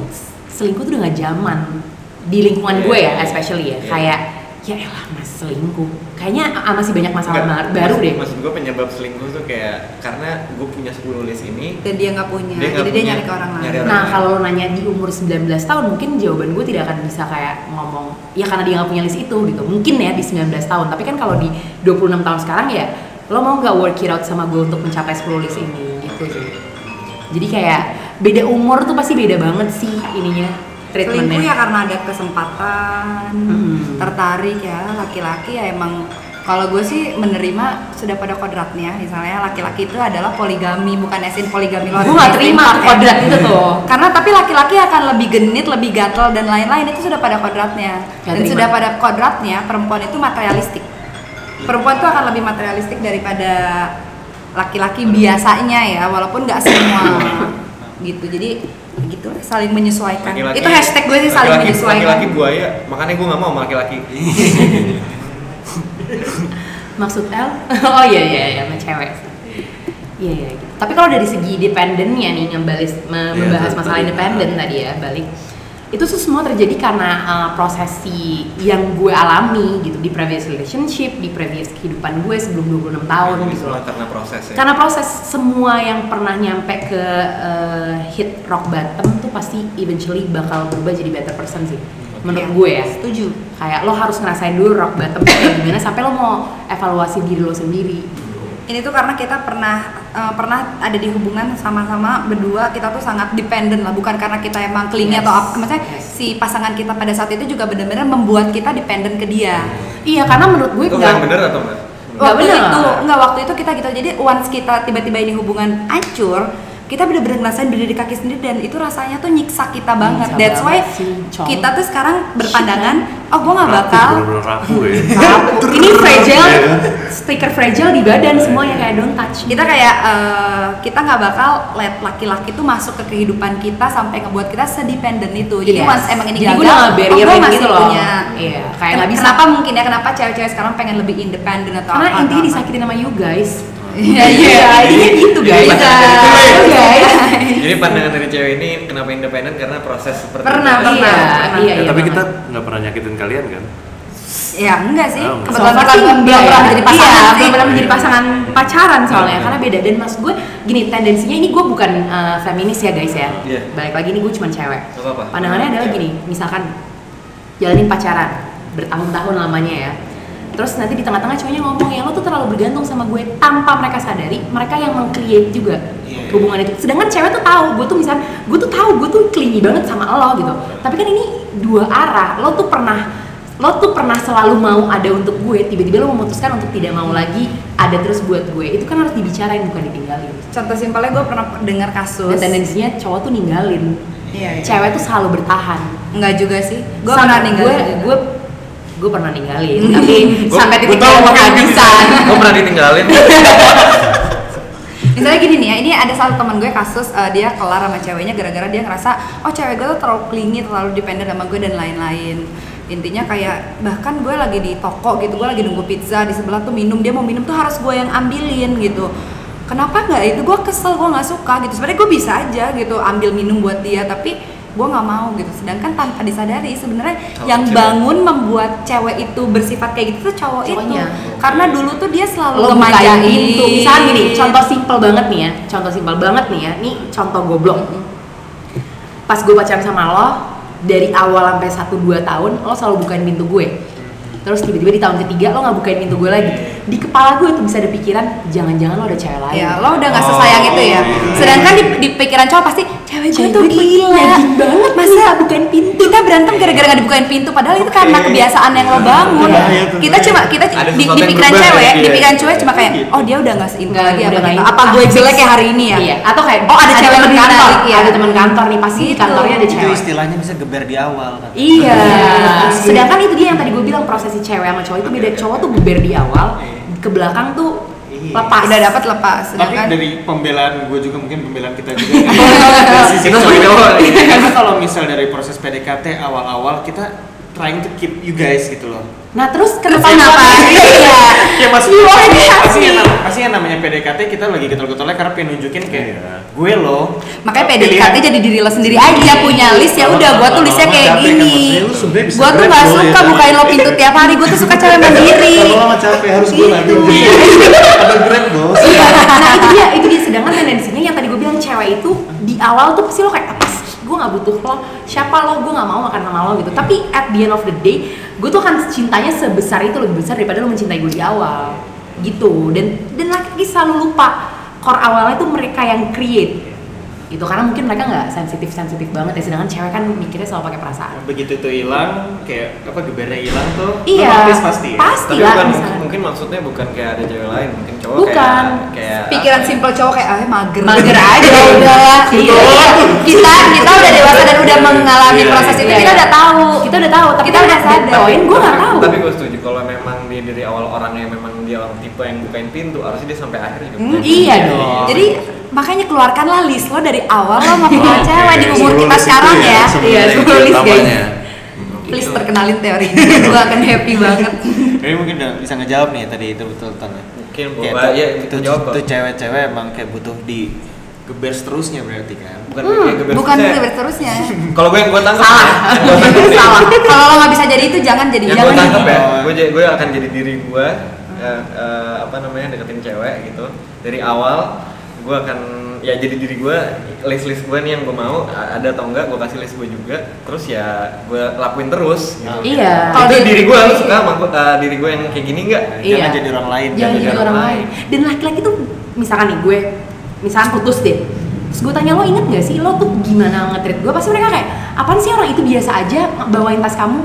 S5: selingkuh tuh udah gak zaman di lingkungan
S4: Iya,
S5: gue ya
S4: iya,
S5: especially ya
S4: iya.
S5: kayak ya elah mas selingkuh kayaknya ah, masih banyak masalah
S4: Enggak,
S5: ba- baru
S4: maksud-
S5: deh
S4: Maksud gue penyebab selingkuh tuh kayak karena gue punya 10 list ini
S6: dan dia nggak punya
S4: Dia nggak
S6: jadi dia
S4: punya.
S6: nyari ke orang
S4: Nyari
S6: lain
S4: orang.
S5: nah kalau lo nanya di umur 19 tahun mungkin jawaban gue tidak akan bisa kayak ngomong ya karena dia nggak punya list itu gitu mungkin ya di 19 tahun tapi kan kalau di 26 tahun sekarang ya lo mau nggak work it out sama gue untuk mencapai 10 list ini gitu sih jadi kayak beda umur tuh pasti beda banget sih ininya
S6: selingkuh ya
S5: treatmentnya
S6: karena ada kesempatan
S5: Hmm.
S6: tertarik ya laki-laki ya emang kalau gue sih menerima sudah pada kodratnya misalnya laki-laki itu adalah poligami bukan esin poligami lo
S5: gue nggak terima
S6: ya.
S5: kodrat itu tuh
S6: karena tapi laki-laki akan lebih genit, lebih gatel dan lain-lain itu sudah pada kodratnya.
S5: Nggak
S6: dan
S5: terima.
S6: sudah pada kodratnya perempuan itu materialistik. Perempuan itu akan lebih materialistik daripada laki-laki biasanya ya, walaupun nggak semua gitu. Jadi gitu lah, saling
S5: Kan,
S6: menyesuaikan.
S4: laki-laki
S6: itu hashtag gue sih saling
S4: laki-laki-
S6: menyesuaikan.
S4: Laki-laki buaya, makanya gue nggak mau sama laki-laki.
S5: Maksud L? oh iya iya iya sama cewek. Iya iya. gitu. Tapi kalau dari segi independennya nih ngebales
S3: Iya,
S5: me- membahas
S3: tadi-
S5: masalah
S3: tadi.
S5: independen tadi ya balik. Itu tuh semua terjadi karena uh, prosesi yang gue alami gitu di previous relationship, di previous kehidupan gue sebelum 26 tahun
S4: Ini
S5: gitu
S4: semua
S5: loh.
S4: karena proses ya.
S5: Karena proses semua yang pernah nyampe ke uh, hit rock bottom tuh pasti eventually bakal berubah jadi better person sih. Menurut gue ya
S6: Setuju.
S5: kayak lo harus ngerasain dulu rock bottom kayak gimana sampai lo mau evaluasi diri lo sendiri
S6: Ini tuh karena kita pernah eh, pernah ada di hubungan sama-sama berdua kita tuh sangat dependent lah bukan karena kita emang kelingi
S5: Yes.
S6: atau apa maksudnya
S5: Yes.
S6: si pasangan kita pada saat itu juga benar-benar membuat kita dependent ke dia.
S5: iya karena menurut gue
S4: Itu
S5: nggak-
S4: yang bener atau enggak?
S5: Nggak
S6: waktu
S5: bener.
S6: itu nggak waktu itu kita gitu jadi once kita tiba-tiba ini hubungan hancur kita bener-bener ngerasain berdiri kaki sendiri dan itu rasanya tuh nyiksa kita banget
S5: Nyiksa
S6: that's why
S5: banget sih, Cong.
S6: kita tuh sekarang berpandangan oh gue nggak
S3: Rapuh,
S6: bakal Iya,
S3: bener-bener rapuh ya
S5: Rapuh. ini fragile
S3: Iya.
S5: stiker fragile di badan semuanya kayak don't touch me.
S6: kita kayak eh, kita nggak bakal let laki-laki tuh masuk ke kehidupan kita sampai ngebuat kita sedependen itu jadi
S5: Yes.
S6: once emang ini
S5: Iya. Jadi
S6: gagal
S5: gue udah nggak barrierin
S6: gue masih
S5: gitu loh.
S6: punya
S5: Iya, kayak nggak bisa.
S6: kenapa mungkin ya kenapa cewek-cewek sekarang pengen lebih independen atau
S5: karena
S6: apa atau
S5: intinya
S6: apa.
S5: disakitin sama you guys
S6: iya iya
S5: intinya gitu
S4: Jadi
S5: guys Iya,
S4: pasangan itu, weh.
S5: You guys
S4: Jadi pandangan dari cewek ini kenapa independen karena proses seperti
S6: Pernah,
S4: itu.
S6: pernah.
S5: iya iya
S3: Ya,
S5: iya
S3: tapi
S5: banget.
S3: kita nggak pernah nyakitin kalian kan
S6: ya enggak sih
S3: Oh, enggak.
S5: Kebetulan so far
S6: kebetulan kita
S5: sih
S6: belum
S5: belum
S6: pernah jadi pasangan
S5: Iya,
S6: sih.
S5: belum pernah menjadi
S3: Iya.
S5: pasangan pacaran soalnya
S3: Iya.
S5: karena beda dan maksud gue gini tendensinya ini gue bukan uh, feminis ya guys ya.
S4: Iya.
S5: Balik lagi ini gue cuma cewek.
S4: Nggak apa-apa.
S5: Pandangannya adalah
S4: Cewek.
S5: gini, misalkan jalanin pacaran bertahun-tahun lamanya ya. Terus nanti di tengah-tengah cowoknya ngomong ya lo tuh terlalu bergantung sama gue tanpa mereka sadari mereka yang meng-create juga
S2: Iya.
S5: hubungan itu. Sedangkan cewek tuh tahu, gue tuh misalnya gue tuh tahu gue tuh clingy banget sama lo gitu. Tapi kan ini dua arah. Lo tuh pernah lo tuh pernah selalu mau ada untuk gue tiba-tiba lo memutuskan untuk tidak mau lagi ada terus buat gue itu kan harus dibicarain bukan ditinggalin
S6: contoh simpelnya gue pernah dengar kasus
S5: dan tendensinya cowok tuh ninggalin
S6: Iya, iya.
S5: cewek tuh selalu bertahan
S6: Enggak juga sih. Gue
S5: Sampai
S6: pernah ninggalin.
S5: gue
S6: juga.
S5: gue gue pernah ninggalin tapi
S4: Gua-
S5: sampai
S4: gua
S5: titik
S4: tahu
S5: yang
S4: makanya
S5: kehabisan
S4: Gue pernah ditinggalin.
S6: Misalnya gini nih ya, ini ada satu teman gue kasus eh, dia kelar sama ceweknya gara-gara dia ngerasa oh cewek gue tuh terlalu clingy, terlalu dependent sama gue dan lain-lain. Intinya kayak bahkan gue lagi di toko gitu, gue lagi nunggu pizza di sebelah tuh minum, dia mau minum tuh harus gue yang ambilin gitu. Kenapa nggak itu? Gue kesel, gue nggak suka gitu. Sebenarnya gue bisa aja gitu ambil minum buat dia, tapi gue nggak mau gitu. Sedangkan tanpa disadari sebenarnya
S4: Kalau
S6: yang
S4: cewek.
S6: bangun membuat cewek itu bersifat kayak gitu tuh cowok
S5: Cowoknya.
S6: itu. Karena dulu tuh dia selalu
S5: lo bukain
S6: memanjain.
S5: pintu misalnya gini contoh simpel banget nih ya contoh simpel banget nih ya ini contoh goblok pas gue pacaran sama lo dari awal sampai 1-2 tahun lo selalu bukain pintu gue terus tiba-tiba di tahun ketiga lo nggak bukain pintu gue lagi di kepala gue tuh bisa ada pikiran jangan-jangan lo ada cewek lain
S6: Ya, lo udah gak sesayang
S3: Oh,
S6: itu ya.
S3: iya.
S6: Sedangkan di, di pikiran cowok pasti cewek gue
S5: Cewek
S6: tuh
S5: gue tuh
S6: gila.
S5: daging banget,
S6: masa
S5: masa bukan pintu?"
S6: Kita berantem gara-gara nggak dibukain pintu padahal itu karena
S1: Oke.
S6: kebiasaan yang lo bangun
S3: Iya, iya, tentu
S6: kita
S3: aja.
S6: cuma kita
S4: Ada
S6: di,
S4: sesuatu
S6: di
S4: yang
S6: pikiran
S4: berubah
S6: cewek
S4: dari
S6: di
S4: dia.
S6: pikiran cewek cuma kayak oh dia udah nggak seingat lagi apa kita apa gue jelek ya hari ini ya
S5: Iya, atau kayak
S6: Oh, ada cewek
S5: teman
S6: lebih
S5: kantor, Iya,
S6: menarik ya.
S5: ada teman kantor nih pasti di
S6: Gitu.
S5: kantornya ada
S2: itu
S5: cewek.
S2: istilahnya bisa geber di awal kan?
S5: Iya.
S6: Iya.
S5: Sedangkan itu dia yang tadi gue bilang prosesi cewek sama cowok itu beda. Cowok tuh geber di awal, ke belakang tuh
S2: Iya.
S5: lepas. Iya.
S6: udah dapat lepas
S2: tapi
S6: sedangkan
S2: dari pembelaan gue juga mungkin pembelaan kita juga ya. dari sisi
S4: Kita
S2: cowok. Iya,
S4: sebagai cowok.
S2: karena kalau misal dari proses PDKT awal-awal kita trying to keep you guys gitu loh
S5: Nah terus
S6: Terus
S5: kenapa
S6: kenapa?
S5: Iya.
S2: ya mas
S5: Iya, iya.
S2: pasti yang, nam- pasti yang namanya PDKT kita lagi getol-getolnya karena pengen nunjukin kayak
S3: Iya.
S2: gue loh
S6: makanya
S2: eh,
S6: PDKT
S2: pilihan-
S6: jadi diri lo sendiri aja punya list ya udah gue tulisnya kayak
S3: Capek kan, maksudnya
S6: gini
S3: lu sebenarnya bisa
S6: gue tuh
S3: grab
S6: nggak
S3: lo ya,
S6: suka
S3: tapi-
S6: bukain lo pintu Iya, tiap hari gue tuh suka cewek mandiri
S3: lama capek harus gue lagi ada grab bos
S5: Iya. Nah itu dia, itu dia. Sedangkan tendensinya yang tadi gue bilang cewek itu di awal tuh pasti lo kayak apa sih? Gue nggak butuh lo. Siapa lo? Gue nggak mau makan sama lo gitu. Tapi at the end of the day, gue tuh akan cintanya sebesar itu lebih besar daripada lo mencintai gue di awal. Gitu. Dan dan laki-laki selalu lupa core awalnya tuh mereka yang create gitu karena mungkin mereka nggak sensitif sensitif banget ya sedangkan cewek kan mikirnya selalu pakai perasaan
S2: begitu itu hilang kayak apa gebernya hilang tuh
S5: Iya.
S2: romantis pasti ya
S5: Pasti
S4: tapi
S5: lah,
S4: bukan Iya,
S5: misalnya.
S4: mungkin maksudnya bukan kayak ada cewek lain mungkin cowok
S5: Bukan.
S4: kayak kayak
S6: pikiran simple cowok kayak ah mager
S5: mager aja udah
S6: Iya. kita kita udah dewasa dan udah mengalami
S4: Iya,
S6: proses itu
S5: iya.
S6: kita udah tahu
S5: kita udah tahu tapi
S6: Kita udah sadar.
S5: poin gue nggak tahu
S4: tapi gue setuju kalau memang dia dari awal orangnya memang dia orang tipe yang bukain pintu harusnya dia sampai akhir juga
S6: Hmm,
S4: bukain
S5: iya
S4: pintu.
S5: dong.
S6: jadi makanya keluarkanlah list lo dari awal lo mau punya
S4: Oke,
S6: cewek di umur
S3: sebelum list
S6: kita
S3: itu
S6: sekarang
S3: ya,
S6: ya
S3: sebelum
S6: iya
S3: list
S6: sebelum list guys
S3: utamanya.
S6: please perkenalin teori gue akan happy banget
S2: Jadi mungkin udah bisa ngejawab nih tadi itu betul tentang
S4: Mungkin, Boba, ya,
S2: itu,
S4: bisa jawab,
S2: itu
S4: Bob.
S2: cewek-cewek emang kayak butuh di geber seterusnya berarti kan.
S4: bukan
S6: Hmm,
S4: kayak geber
S6: bukan
S4: saya-
S6: geber terusnya
S4: kalau gue yang gue tangkap
S6: salah salah kalau lo nggak bisa jadi itu jangan jadi
S4: yang gue
S6: jangan gitu.
S4: tangkap ya
S2: Oh.
S4: gue ja- gue akan jadi diri gue eh, eh, apa namanya deketin cewek gitu dari awal gue akan ya jadi diri gue list list gue nih yang gue mau a- ada atau enggak gue kasih list gue juga terus ya gue lakuin terus gitu.
S5: iya
S6: Kalau
S4: itu
S6: dia-
S4: diri gue lu suka sama gua- eh, diri gue yang kayak gini enggak
S2: Eh, Jangan
S5: Iya.
S2: jadi orang lain.
S5: jangan
S4: Jangan
S5: jadi
S4: jadi
S5: orang
S4: orang
S5: lain dan laki-laki tuh misalkan nih gue misalkan putus deh terus gue tanya lo inget gak sih lo tuh gimana ngetrit gue pasti mereka kayak apaan sih orang itu biasa aja bawain tas kamu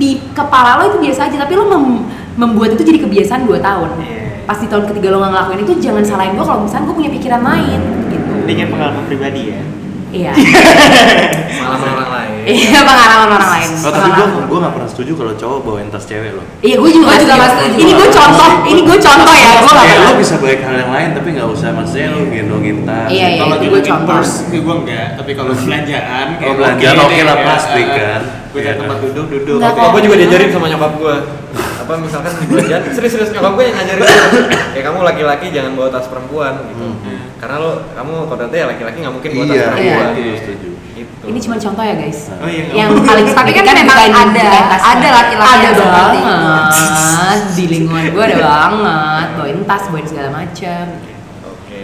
S5: di kepala lo itu biasa aja tapi lo mem- membuat itu jadi kebiasaan 2 tahun
S2: Iya.
S5: pas di tahun ketiga lo gak ngelakuin itu jangan salahin gue kalau misalkan gue punya pikiran lain gitu
S2: Ini kan pengalaman pribadi ya.
S5: iya
S4: malah sama orang lain
S5: iya pengalaman orang lain
S3: Oh, tapi gue
S6: Ah.
S5: Pengalaman.
S3: gue nggak pernah setuju kalau cowok bawain tas cewek loh.
S5: iya gue juga,
S6: Gua juga
S5: setuju.
S6: nggak setuju.
S5: ini gue contoh ini gue contoh
S6: Eh,
S5: ya gue gak
S3: Kayak
S5: pernah
S3: Eh, lo Iya, bisa baik hal yang lain tapi nggak usah maksudnya lo gitu. gendongin tas.
S5: Iya, iya.
S2: kalau
S5: itu
S2: di
S5: gue
S2: looking
S5: contoh.
S2: purse gue enggak, tapi kalau belanjaan
S3: Oh, belanjaan
S2: deh,
S3: oke lah,
S2: ya,
S3: plastik
S2: eh,
S3: kan.
S2: Gue
S3: Iya.
S2: cari tempat duduk, duduk.
S5: Enggak
S2: oke.
S5: kok.
S4: Oh, gue juga diajarin sama nyokap gue apa misalkan di belanjaan serius-serius nyokap gue yang ngajarin ya kamu laki-laki jangan bawa tas perempuan gitu karena lo kamu kodratnya ya laki-laki nggak mungkin bawa tas
S3: Iya,
S5: Iya.
S4: perempuan
S3: itu gue setuju.
S4: gitu
S5: ini cuma contoh ya guys
S2: Oh iya.
S5: yang paling
S6: Tapi kan
S5: signifikan
S6: memang
S5: bukan-
S6: ada.
S5: bukan tasnya.
S6: Ada laki-laki
S5: ada
S6: yang seperti itu.
S5: banget di lingkungan gue ada banget bawain tas bawain segala macam
S4: oke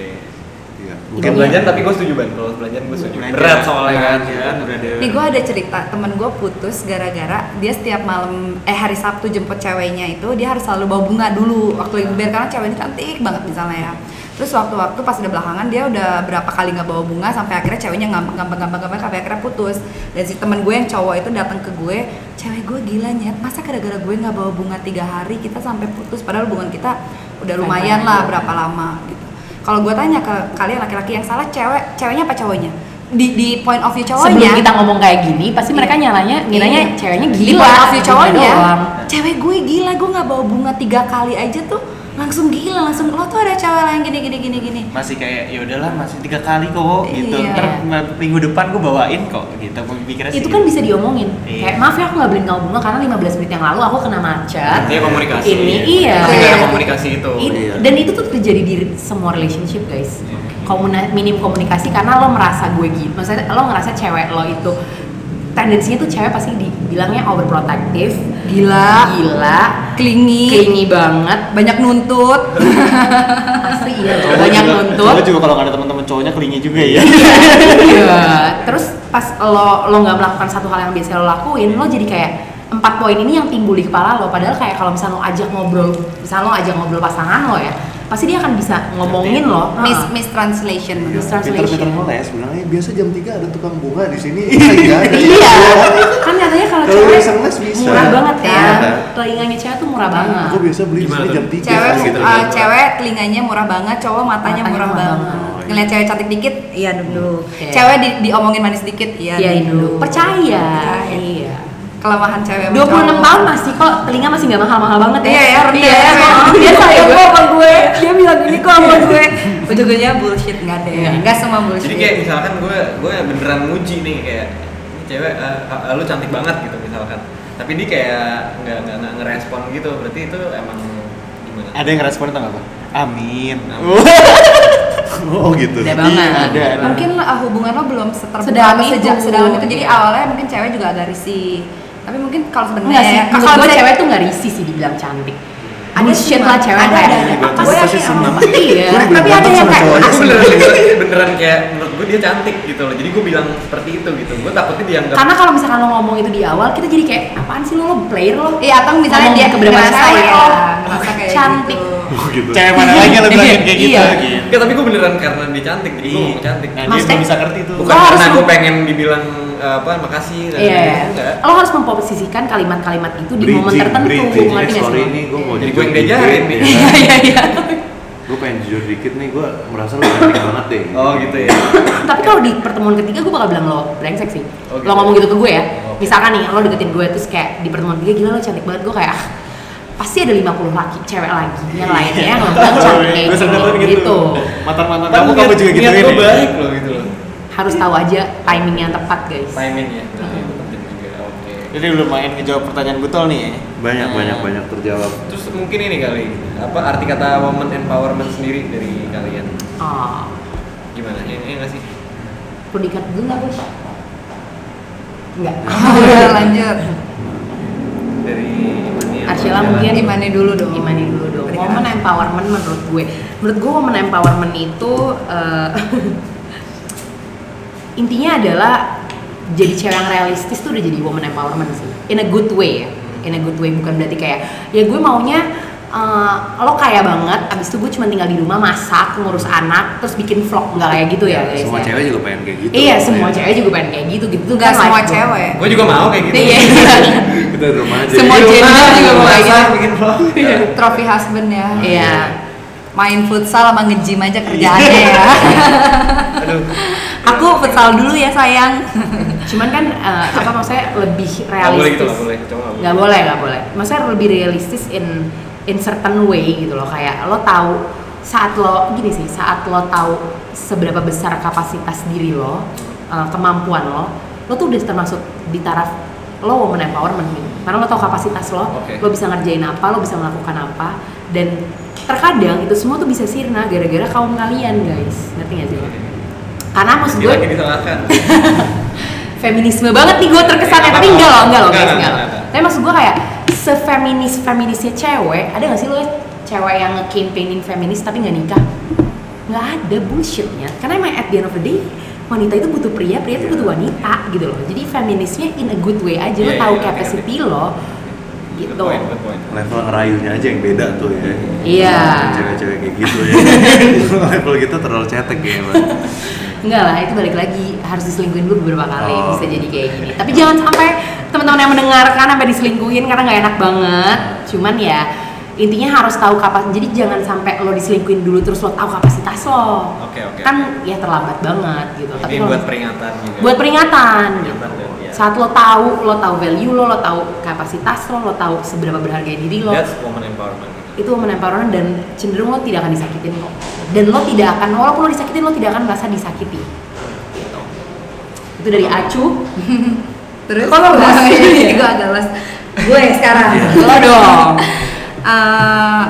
S3: Iya.
S4: bukan belanjaan tapi gue setuju ban kalau belanjaan gue setuju
S2: Belanjaan,
S4: berat soalnya kan
S2: belanjaan, udah ada.
S6: Nih gue ada cerita temen gue putus gara-gara dia setiap malam eh hari Sabtu jemput ceweknya itu dia harus selalu bawa bunga dulu
S5: Nah.
S6: waktu lagi beber karena ceweknya cantik banget misalnya ya. Terus waktu-waktu pas udah belakangan dia udah berapa kali nggak bawa bunga sampai akhirnya ceweknya gampang-gampang-gampang sampai akhirnya putus. Dan si temen gue yang cowok itu datang ke gue, cewek gue gila nyet, masa gara-gara gue nggak bawa bunga tiga hari kita sampai putus padahal hubungan kita udah lumayan lah berapa lama gitu. Kalau gue tanya ke kalian laki-laki yang salah cewek, ceweknya apa cowoknya? Di, di point of view cowoknya
S5: sebelum kita ngomong kayak gini pasti mereka nyalanya ngiranya
S6: Iya.
S5: ceweknya
S6: Di
S5: gila
S6: point of view
S5: gitu
S6: cowoknya
S5: doang.
S6: cewek gue gila gue nggak bawa bunga tiga kali aja tuh langsung gila langsung lo tuh ada cewek lain gini gini gini gini
S2: masih kayak ya udahlah masih tiga kali kok gitu
S6: Iya.
S2: ntar ma- minggu depan gue bawain kok gitu gue pikirnya sih
S5: itu kan
S2: gitu.
S5: bisa diomongin
S2: Iya.
S5: kayak maaf ya aku nggak beliin kamu bunga karena 15 menit yang lalu aku kena macet
S2: Iya.
S4: Artinya komunikasi
S5: Ini iya.
S4: Pasti nggak ada
S6: Iya.
S4: komunikasi itu
S5: It-
S3: Iya.
S5: dan itu tuh terjadi di semua relationship guys Komuna- minim komunikasi karena lo merasa gue gitu maksudnya lo ngerasa cewek lo itu tendensinya tuh cewek pasti dibilangnya overprotective
S6: gila
S5: gila
S6: klingi
S5: clingy banget
S6: banyak nuntut
S5: pasti iya
S2: Cowok
S5: banyak
S2: juga-
S5: nuntut
S2: cowok juga kalau nggak ada teman-teman cowoknya kelingi juga ya
S5: iya terus pas lo lo nggak melakukan satu hal yang biasa lo lakuin lo jadi kayak empat poin ini yang timbul di kepala lo padahal kayak kalau misalnya lo ajak ngobrol misalnya lo ajak ngobrol pasangan lo ya pasti dia akan bisa ngomongin
S3: Oh.
S5: lo
S6: miss
S5: Ah.
S6: mistranslation
S3: Iya.
S5: Mistranslation.
S3: Pinter-pinter ngeles, bilang "Eh, biasa jam 3 ada tukang bunga di sini. Iya, iya.
S5: iya kan katanya
S3: Kalau
S6: cewek
S3: yang SMS bisa.
S5: murah banget kan
S3: Iya.
S5: telinganya cewek tuh murah banget
S3: Aku biasa beli di
S4: Gimana
S3: sini
S4: tuh?
S3: jam 3
S6: cewek
S3: gitu.
S6: uh, cewek telinganya murah banget cowok matanya,
S5: Matanya
S6: murah
S5: murah
S6: banget
S5: banget.
S6: ngeliat cewek cantik dikit iya dulu
S5: Iya.
S6: cewek di, diomongin manis dikit iya
S5: iya dulu percaya
S6: Percaya.
S5: iya
S6: kelemahan cewek sama
S5: 26
S6: cowok.
S5: tahun masih kok telinga masih nggak mahal-mahal banget ya
S6: Iya ya, rendah
S5: Iya,
S6: ya.
S5: emang. dia sayang gue sama gue
S6: dia bilang gini kok sama gue ujung-ujungnya bullshit nggak deh
S5: Iya.
S6: nggak semua bullshit
S4: Jadi kayak misalkan gue gue beneran muji nih kayak ini cewek eh, eh, lu cantik banget gitu misalkan. Tapi dia kayak nggak nggak nggak ngerespon gitu. Berarti itu emang gimana?
S2: Ada yang respon atau nggak Pak? Amin.
S3: Oh gitu.
S5: Ada banget.
S2: Iya, ada, ada.
S6: mungkin uh, hubungan lo belum seterbuka
S5: Sedalam
S6: sejak
S5: itu.
S6: sedalam itu jadi awalnya mungkin cewek juga agak risih tapi mungkin kalau
S5: Enggak sih,
S6: sebenarnya
S5: kalau
S6: bisa-
S5: cewek tuh nggak risih sih dibilang cantik. Ada
S6: Ada
S5: shit
S6: semua.
S5: lah cewek
S6: Ada,
S5: kayak, gitu.
S6: ada, ada.
S5: apa
S6: Gue
S5: sih
S6: yakin
S5: seneng? Iya.
S6: orang-
S3: Gue dibilang
S5: Tapi ada
S3: ganteng
S5: yang
S3: sama
S5: kayak
S3: cowoknya
S5: "Ah,
S4: Aku beneran, beneran, beneran kayak menurut gue dia cantik gitu loh. Jadi gue bilang seperti itu gitu. Gue takutnya dia nggak
S5: karena kalau misalkan lo ngomong itu di awal, kita jadi kayak apaan sih lo, lo player lo?
S6: iya atau misalnya
S5: Ngomong
S6: dia
S5: ke beberapa
S6: ngerasa
S5: cewek,
S6: ya,
S5: oh,
S6: ngerasa kayak
S5: cantik.
S6: gitu.
S3: Oh gitu.
S2: Cewek mana lagi yang lo bilangin kayak gitu?
S5: Iya.
S2: Gitu.
S4: Nggak, tapi gue beneran karena dia cantik, jadi gue
S2: Iya.
S4: ngomong cantik.
S2: Nah, dia
S5: Maksudnya-
S2: belum bisa ngerti tuh.
S4: Bukan
S5: Lo harus
S4: karena gue
S5: mem-
S4: pengen dibilang eh, apa makasih dan
S5: Iya.
S4: enggak.
S5: Lo harus memposisikan kalimat-kalimat itu di momen
S3: Bridging,
S5: tertentu.
S3: bridging.
S5: ngerti nggak
S3: Eh, Sorry
S5: sih?
S3: nih gue mau
S4: Jadi
S3: jujur
S4: gue yang diajarin
S3: dikit,
S4: nih.
S3: ya kan?
S5: Iya iya.
S3: Gue pengen jujur dikit nih, gue merasa lu cantik banget deh.
S4: Oh gitu ya.
S5: Tapi kalau di pertemuan ketiga gue bakal bilang lo brengsek sih.
S4: Oh,
S5: Lo
S4: gitu.
S5: ngomong gitu ke gue ya.
S4: Oke.
S5: Misalkan nih lo deketin gue terus kayak di pertemuan ketiga gila lo cantik banget gue kayak "Ah, pasti ada 50 laki cewek lagi yang lainnya yang lo bilang cantik kayak
S2: Gue seneng banget
S5: gini,"
S2: gitu.
S5: gitu.
S2: Mantan-mantan
S4: Tapi
S2: kamu kamu
S4: niat-
S2: juga
S4: niat
S2: gituin
S4: gue
S2: ya?
S4: baik loh gitu loh.
S5: harus tahu aja timing yang tepat guys
S4: Timing ya. Nah, itu penting juga. Oke.
S2: Jadi belum main ngejawab pertanyaan butol nih. ya? Hmm.
S3: Banyak banyak banyak terjawab.
S4: Terus mungkin ini kali apa arti kata woman empowerment sendiri dari kalian?
S5: oh
S4: Gimana? Ini ini nggak sih?
S5: perlu diikat dulu nggak bos nggak
S6: Udah, lanjut
S4: Dari Imani apa?
S5: Arshila
S4: Jalan?
S5: mungkin
S6: Imani dulu dong.
S5: Imani dulu dong
S6: Berikan.
S5: woman empowerment menurut gue menurut gue woman empowerment itu eh, intinya adalah jadi cewek yang realistis tuh udah jadi woman empowerment sih in a good way ya
S3: Hmm.
S5: in a good way bukan berarti kayak ya gue maunya eh, lo kaya banget abis itu gue cuma tinggal di rumah masak ngurus anak terus bikin vlog nggak kayak gitu ya guys
S3: Iya, Semua
S5: ya.
S3: cewek juga pengen kayak gitu.
S5: Iya, semua
S3: Ya.
S5: cewek juga pengen kayak gitu gitu
S6: nggak
S5: kan
S6: semua
S5: life goal.
S6: cewek
S4: Gue juga mau kayak gitu.
S5: Iya.
S3: Kita di rumah aja.
S6: Semua
S4: Jadi
S6: gender
S4: rumah,
S6: juga
S4: rumah,
S6: mau kayak
S4: bikin
S5: gitu.
S4: vlog.
S6: trophy husband ya
S5: Iya.
S6: main futsal sama nge-gym aja kerjaannya ya
S4: Aduh. Iya.
S6: aku futsal dulu ya sayang
S5: Cuman kan eh, apa maksudnya lebih
S4: Nggak boleh gitu
S5: realistis.
S4: nggak boleh. Coba nggak
S5: Nggak boleh, nggak boleh. Maksudnya lebih realistis in in certain way gitu loh kayak lo tahu saat lo gini sih, saat lo tahu seberapa besar kapasitas diri lo, eh, kemampuan lo, lo tuh udah termasuk di taraf lo woman empowerment gitu. Karena lo tahu kapasitas lo,
S4: Oke.
S5: lo bisa ngerjain apa, lo bisa melakukan apa dan terkadang itu semua tuh bisa sirna gara-gara kaum kalian guys ngerti gak sih? Karena maksud
S4: Ini
S5: gue
S4: lagi disalahkan.
S5: Gitu. feminisme banget nih gue terkesannya tapi enggak loh enggak loh
S4: Enggak,
S5: guys
S4: enggak,
S5: enggak loh
S4: enggak.
S5: tapi maksud gue kayak sefeminis feminisnya cewek ada nggak sih lo cewek yang campaignin feminis tapi nggak nikah nggak ada bullshitnya karena emang at the end of the day wanita itu butuh pria pria itu butuh wanita gitu loh jadi feminisnya in a good way aja lo
S4: Iya,
S5: tahu
S4: iya, ngerti,
S5: capacity lo
S4: Good
S5: gitu
S4: point, good point.
S3: Level ngerayunya aja yang beda tuh ya.
S5: Iya.
S3: Cewek-cewek kayak gitu ya. Level kita terlalu cetek ya, Bang.
S5: Enggak lah, itu balik lagi harus diselingkuhin dulu beberapa kali
S3: Oh.
S5: bisa jadi kayak gini. Tapi jangan sampai teman-teman yang mendengarkan sampai diselingkuhin karena nggak enak banget. Cuman ya intinya harus tahu kapasitas. Jadi jangan sampai lo diselingkuhin dulu terus lo tahu kapasitas lo.
S4: Oke oke.
S5: Kan ya terlambat banget gitu.
S4: Ini
S5: kalau-
S4: buat peringatan juga.
S5: buat peringatan gitu.
S4: Peringatan, ya.
S5: Saat lo tahu, lo tahu value lo, lo tahu kapasitas lo, lo tahu seberapa berharga diri lo
S4: That's woman empowerment.
S5: itu menampar orang dan cenderung lo tidak akan disakitin kok dan lo tidak akan walaupun lo disakitin lo tidak akan merasa disakiti Gitu. itu dari acu
S6: terus
S5: Kalau
S6: Nah,
S5: les.
S6: ini juga agak les gue sekarang
S4: Iya.
S5: lo dong
S6: Eh,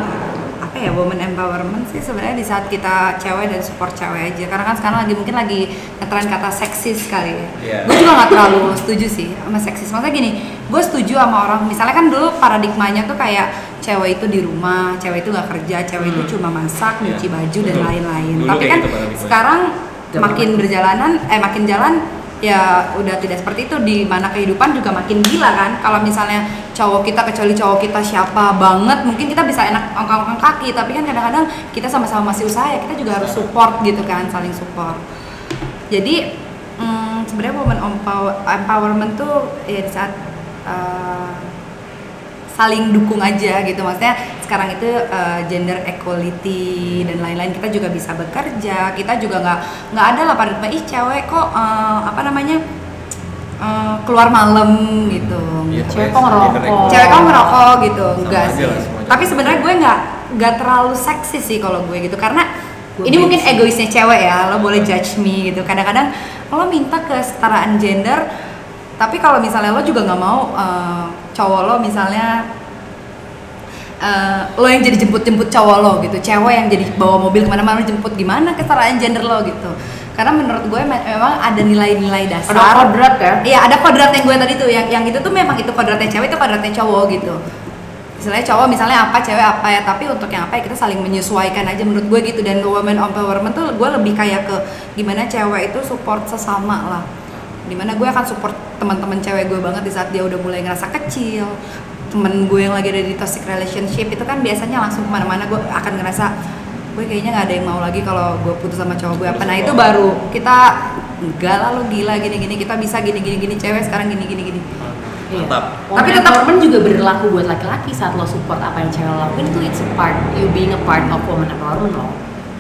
S6: apa ya woman empowerment sih sebenarnya di saat kita cewek dan support cewek aja karena kan sekarang lagi mungkin lagi ngetren kata seksis kali ya
S4: Iya.
S6: gue juga nggak terlalu setuju sih sama seksis maksudnya gini gue setuju sama orang misalnya kan dulu paradigmanya tuh kayak cewek itu di rumah cewek itu nggak kerja cewek itu cuma masak
S4: Iya.
S6: nyuci baju dan
S4: Betul.
S6: lain-lain
S4: Dulu
S6: tapi
S4: kayak
S6: kan
S4: gitu paradigmanya.
S6: sekarang
S5: Zaman
S6: makin berjalanan eh makin jalan ya udah tidak seperti itu di mana kehidupan juga makin gila kan kalau misalnya cowok kita kecuali cowok kita siapa banget mungkin kita bisa enak ongkang-ongkang kaki tapi kan kadang-kadang kita sama-sama masih usaha ya kita juga harus support gitu kan saling support jadi mm, sebenarnya woman empower- empowerment tuh ya di saat eh, saling dukung aja gitu maksudnya sekarang itu eh, gender equality dan lain-lain kita juga bisa bekerja kita juga nggak nggak ada lah pada ih cewek kok eh, apa namanya eh, keluar malam gitu
S4: Iya,
S5: Hmm, Cewek
S4: pokoknya
S5: kok ngerokok.
S4: gender equality.
S6: cewek kamu merokok gitu
S4: Oh. Sama
S6: enggak
S4: aja
S6: sih
S4: lah semua
S6: tapi
S4: cewek.
S6: sebenarnya gue nggak nggak terlalu seksi sih kalau gue gitu karena
S5: Gue
S6: ini mungkin
S5: benci.
S6: egoisnya cewek ya lo boleh judge me gitu kadang-kadang lo minta kesetaraan gender tapi kalau misalnya lo juga nggak mau eh, cowok lo misalnya eh, lo yang jadi jemput-jemput cowok lo gitu cewek yang jadi bawa mobil kemana-mana lo jemput gimana kesetaraan gender lo gitu karena menurut gue me- memang ada nilai-nilai dasar
S5: Ada kodrat ya?
S6: Iya ada kodratnya gue tadi tuh yang yang itu tuh memang itu kodratnya cewek itu kodratnya cowok gitu. Misalnya cowok misalnya apa cewek apa ya tapi untuk yang apa ya kita saling menyesuaikan aja menurut gue gitu dan woman empowerment tuh gue lebih kayak ke gimana cewek itu support sesama lah. Dimana gue akan support teman-teman cewek gue banget di saat dia udah mulai ngerasa kecil temen gue yang lagi ada di toxic relationship itu kan biasanya langsung kemana-mana gue akan ngerasa gue kayaknya nggak ada yang mau lagi kalau gue putus sama cowok gue apa nah itu baru kita enggak lah lo gila gini gini kita bisa gini gini gini cewek sekarang gini gini gini
S5: Iya.
S4: Mantap.
S5: Tapi tetap empowerment juga berlaku buat laki-laki saat lo support apa yang cewek lo lakuin itu it's a part you being a part of woman empowerment lo.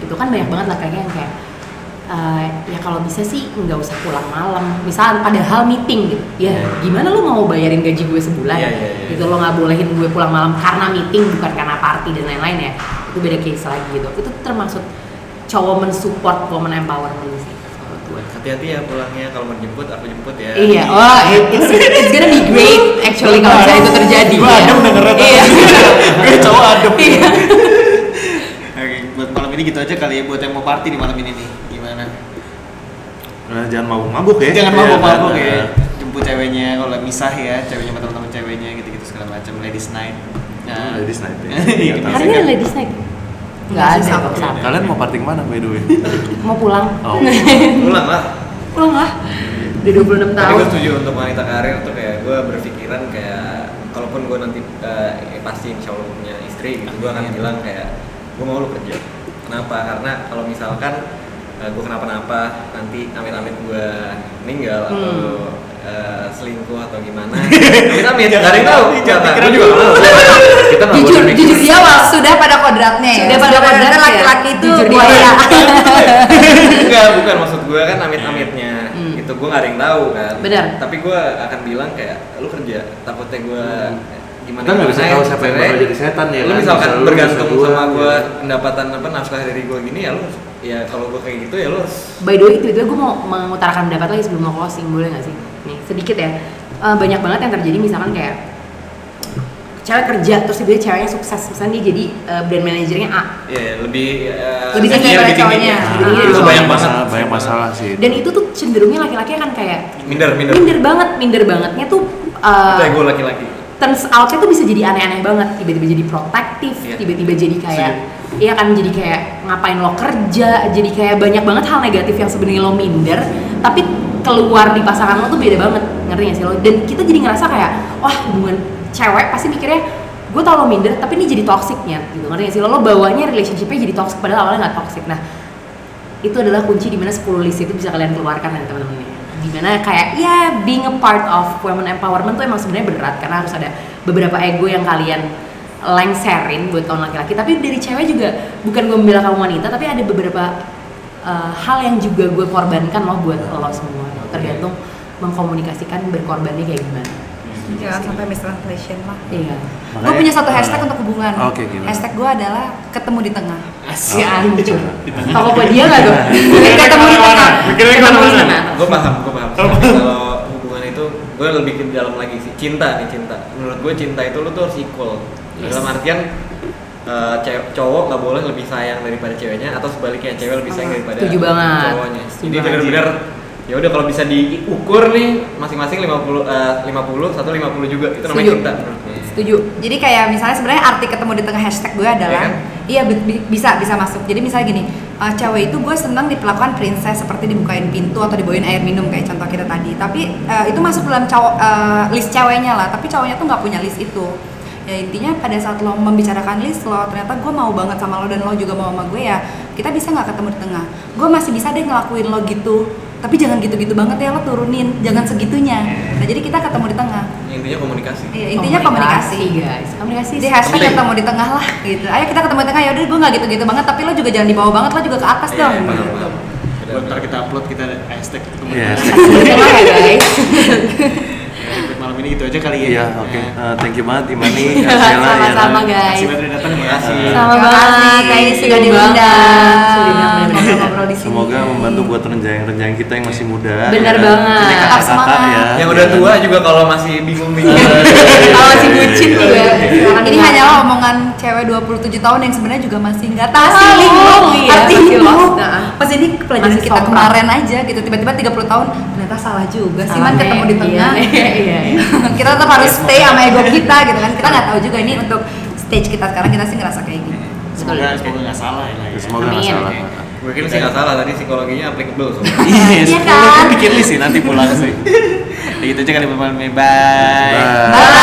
S5: Itu kan banyak banget laki-laki yang kayak "Eh, ya kalau bisa sih nggak usah pulang malam. Misal padahal meeting gitu. Ya gimana lu mau bayarin gaji gue sebulan?
S4: Iya, iya, iya.
S5: Gitu lo nggak bolehin gue pulang malam karena meeting bukan karena party dan lain-lain ya. Itu beda case lagi gitu. Itu termasuk cowok mensupport woman empowerment sih. menurut gue.
S4: hati-hati ya pulangnya kalau mau jemput aku jemput ya
S5: Iya, oh, it's, it's gonna be great actually kalau misalnya itu terjadi.
S2: Gua adem dengernya tadi.
S5: Iya.
S2: Gue cowok adem.
S5: Iya.
S2: Oke, buat malam ini gitu aja kali ya buat yang mau party di malam ini nih. Gimana?
S3: Nah, jangan mabuk-mabuk ya.
S2: Jangan
S3: Iya,
S2: mabok-mabok
S3: nah,
S2: ya.
S3: nah.
S2: Jemput ceweknya kalau misah ya, ceweknya sama teman-teman ceweknya gitu-gitu segala macam ladies night.
S3: Hmm, ladies night ya.
S2: Iya,
S3: Nggak tahu.
S5: Hari
S2: biasanya kan-
S5: ini ada ladies night. Nggak ada kok
S6: Sabtu.
S5: Sabtu.
S3: Kalian mau party kemana by the way?
S5: Mau pulang?
S3: Oh.
S4: pulang lah
S5: Pulang lah. Udah
S4: Tapi
S5: 26 tahun.
S4: gue setuju untuk wanita karir tuh kayak gue berpikiran kayak kalaupun gue nanti eh, eh, pasti insya Allah punya istri gitu gue akan
S2: Amin.
S4: bilang kayak gue mau lu kerja. Kenapa? Karena kalau misalkan gue kenapa-napa nanti amit-amit gue meninggal atau
S2: Hmm.
S4: eh, selingkuh atau gimana amit-amit gak ada yang tahu
S2: Jangan
S4: Nggak,
S2: pikiran
S4: nggak, gua juga nggak tahu. kita nggak
S5: Jujur,
S4: boleh
S5: jujur
S6: Dia
S5: dia
S6: wah,
S5: wah.
S6: sudah pada kodratnya ya.
S5: Sudah pada kodratnya ya.
S6: laki-laki itu ya.
S5: Jujur dia.
S6: buaya.
S4: enggak bukan maksud gue kan amit-amitnya
S5: Hmm.
S4: itu gue nggak ada yang tahu kan
S5: Benar.
S4: tapi gue akan bilang kayak lu kerja takutnya gue
S5: Hmm.
S4: gimana
S3: Kita nggak bisa
S4: gimana
S3: tahu siapa yang
S4: sebenarnya.
S3: bakal jadi setan ya
S4: lu
S3: kan?
S4: misalkan
S3: Bisa lu,
S4: bergantung
S3: bisa gua,
S4: sama gue
S3: gitu.
S4: pendapatan apa nafkah dari gue gini ya lu ya kalau gue kayak gitu ya lu harus
S5: By the way, tiba-tiba gue mau mengutarakan pendapat lagi sebelum mau closing, boleh nggak sih? Nih, sedikit ya. Eh, banyak banget yang terjadi misalkan kayak cewek kerja terus tiba-tiba ceweknya sukses misalnya dia jadi eh, brand manajernya A
S4: ya lebih eh,
S6: Lebih tinggi
S4: gajinya lebih
S6: daripada
S4: tinggi.
S6: cowoknya.
S4: Nah,
S5: Iya,
S4: itu
S5: cowoknya.
S4: banyak banget
S3: masalah, banyak masalah sih.
S5: dan itu tuh cenderungnya laki-laki akan kayak
S4: minder minder
S5: minder banget minder bangetnya tuh eh,
S4: kayak gue laki-laki
S5: turns out tuh bisa jadi aneh-aneh banget tiba-tiba jadi protektif
S4: Iya.
S5: tiba-tiba jadi kayak iya kan jadi kayak ngapain lo kerja jadi kayak banyak banget hal negatif yang sebenarnya lo minder tapi keluar di pasangan lo tuh beda banget ngerti gak sih lo dan kita jadi ngerasa kayak wah hubungan cewek pasti mikirnya gue tau lo minder tapi ini jadi toxicnya gitu ngerti gak sih lo lo bawanya relationshipnya jadi toxic padahal awalnya nggak toxic nah itu adalah kunci dimana 10 list itu bisa kalian keluarkan dari teman-teman ini. dimana kayak ya being a part of women empowerment tuh emang sebenarnya berat karena harus ada beberapa ego yang kalian lengserin buat kaum laki-laki tapi dari cewek juga bukan gue membela kaum wanita tapi ada beberapa uh, hal yang juga gue korbankan loh buat lo semua tergantung mengkomunikasikan berkorbannya kayak gimana
S6: Jangan sampai mistranslation lah.
S5: iya
S6: Gue punya satu
S3: Nah.
S6: hashtag untuk hubungan.
S3: Oke, gimana?
S6: Hashtag gue adalah ketemu di tengah.
S5: si anjir apa apa dia nggak tuh ketemu di tengah
S2: Mikirnya
S5: ketemu di
S2: kemana-mana.
S5: tengah
S4: gue paham gue
S5: Oh.
S4: paham kalau hubungan itu gue lebih ke dalam lagi sih cinta nih cinta menurut gue cinta itu lu tuh harus equal
S5: Yes.
S4: dalam artian eh, cew- cowok nggak boleh lebih sayang daripada ceweknya atau sebaliknya cewek lebih sayang daripada
S5: Setuju banget.
S4: cowoknya
S5: Ah, Setuju
S4: jadi
S5: banget.
S4: benar-benar ya udah kalau bisa diukur nih masing-masing 50 eh, 50 satu 50 juga itu namanya
S5: Setuju.
S4: cinta menurut gue.
S5: setuju
S6: Jadi kayak misalnya sebenarnya arti ketemu di tengah hashtag gue adalah
S4: Iya kan?
S6: iya bi- bi- bisa bisa masuk. Jadi misalnya gini, eh, cewek itu gue senang diperlakukan princess seperti dibukain pintu atau dibawain air minum kayak contoh kita tadi. Tapi eh, itu masuk dalam cowok eh, list ceweknya lah. Tapi cowoknya tuh nggak punya list itu. Ya intinya pada saat lo membicarakan list lo, ternyata gue mau banget sama lo dan lo juga mau sama gue ya. Kita bisa nggak ketemu di tengah? Gue masih bisa deh ngelakuin lo gitu tapi jangan gitu-gitu banget ya lo turunin jangan segitunya nah jadi kita ketemu di tengah
S4: intinya komunikasi
S6: Iya, intinya komunikasi
S5: guys komunikasi
S6: di hashtag
S4: Penting.
S6: ketemu di tengah lah gitu ayo kita ketemu di tengah yaudah gue nggak gitu-gitu banget tapi lo juga jangan di bawah banget lo juga ke atas
S4: Iya,
S6: dong
S4: paham,
S6: gitu.
S4: paham.
S2: Buat ntar kita upload kita hashtag ketemu
S3: Iya.
S5: Di tengah ya
S6: eh,
S5: guys
S2: Ya, buat malam ini gitu aja kali ya.
S3: Iya, oke.
S2: Ya.
S3: Eh, thank you banget Imani, ya,
S5: Iya,
S3: Karsela,
S5: sama-sama, guys.
S2: Terima kasih banget udah datang ya.
S4: Makasih.
S5: Sama
S6: Terima
S5: banget,
S6: kasih.
S5: guys
S6: sudah diundang
S5: Sudah diundang bener-bener.
S6: ngobrol-ngobrol di sini
S3: Semoga membantu buat renjang-renjang kita yang masih muda.
S5: Benar
S3: ya kan?
S5: banget.
S3: Ini
S6: Tetap
S3: kakak-kakak
S6: semangat.
S3: ya.
S4: yang udah tua juga kalau masih bingung-bingung
S5: Kalau masih bucin ya, juga silakan
S6: ini
S5: dengarkan.
S6: hanyalah omongan cewek 27 tahun yang sebenarnya juga masih nggak tahu
S5: Masih linglung, iya,
S6: artinya
S5: masih lost, nah.
S6: pas ini pelajaran
S5: Masih
S6: kita
S5: sombong.
S6: kemarin aja gitu tiba-tiba 30 tahun ternyata salah juga sih man
S5: Salah,
S6: ketemu di
S5: Nek.
S6: tengah
S5: Iya, iya, iya.
S6: kita tetap harus stay sama ego kita gitu kan kita nggak tahu juga ini untuk stage kita sekarang kita sih ngerasa kayak gini
S2: Semoga semoga nggak salah ya. lah ya.
S3: Semoga nggak
S5: Amin.
S3: salah.
S4: mungkin sih nggak salah tadi psikologinya applicable soalnya
S2: Iya,
S6: Iya
S2: semoga
S6: kan?
S2: kan? bikin list sih nanti pulang sih. Ya gitu aja kali Bapak Bye.
S3: Bye.
S6: bye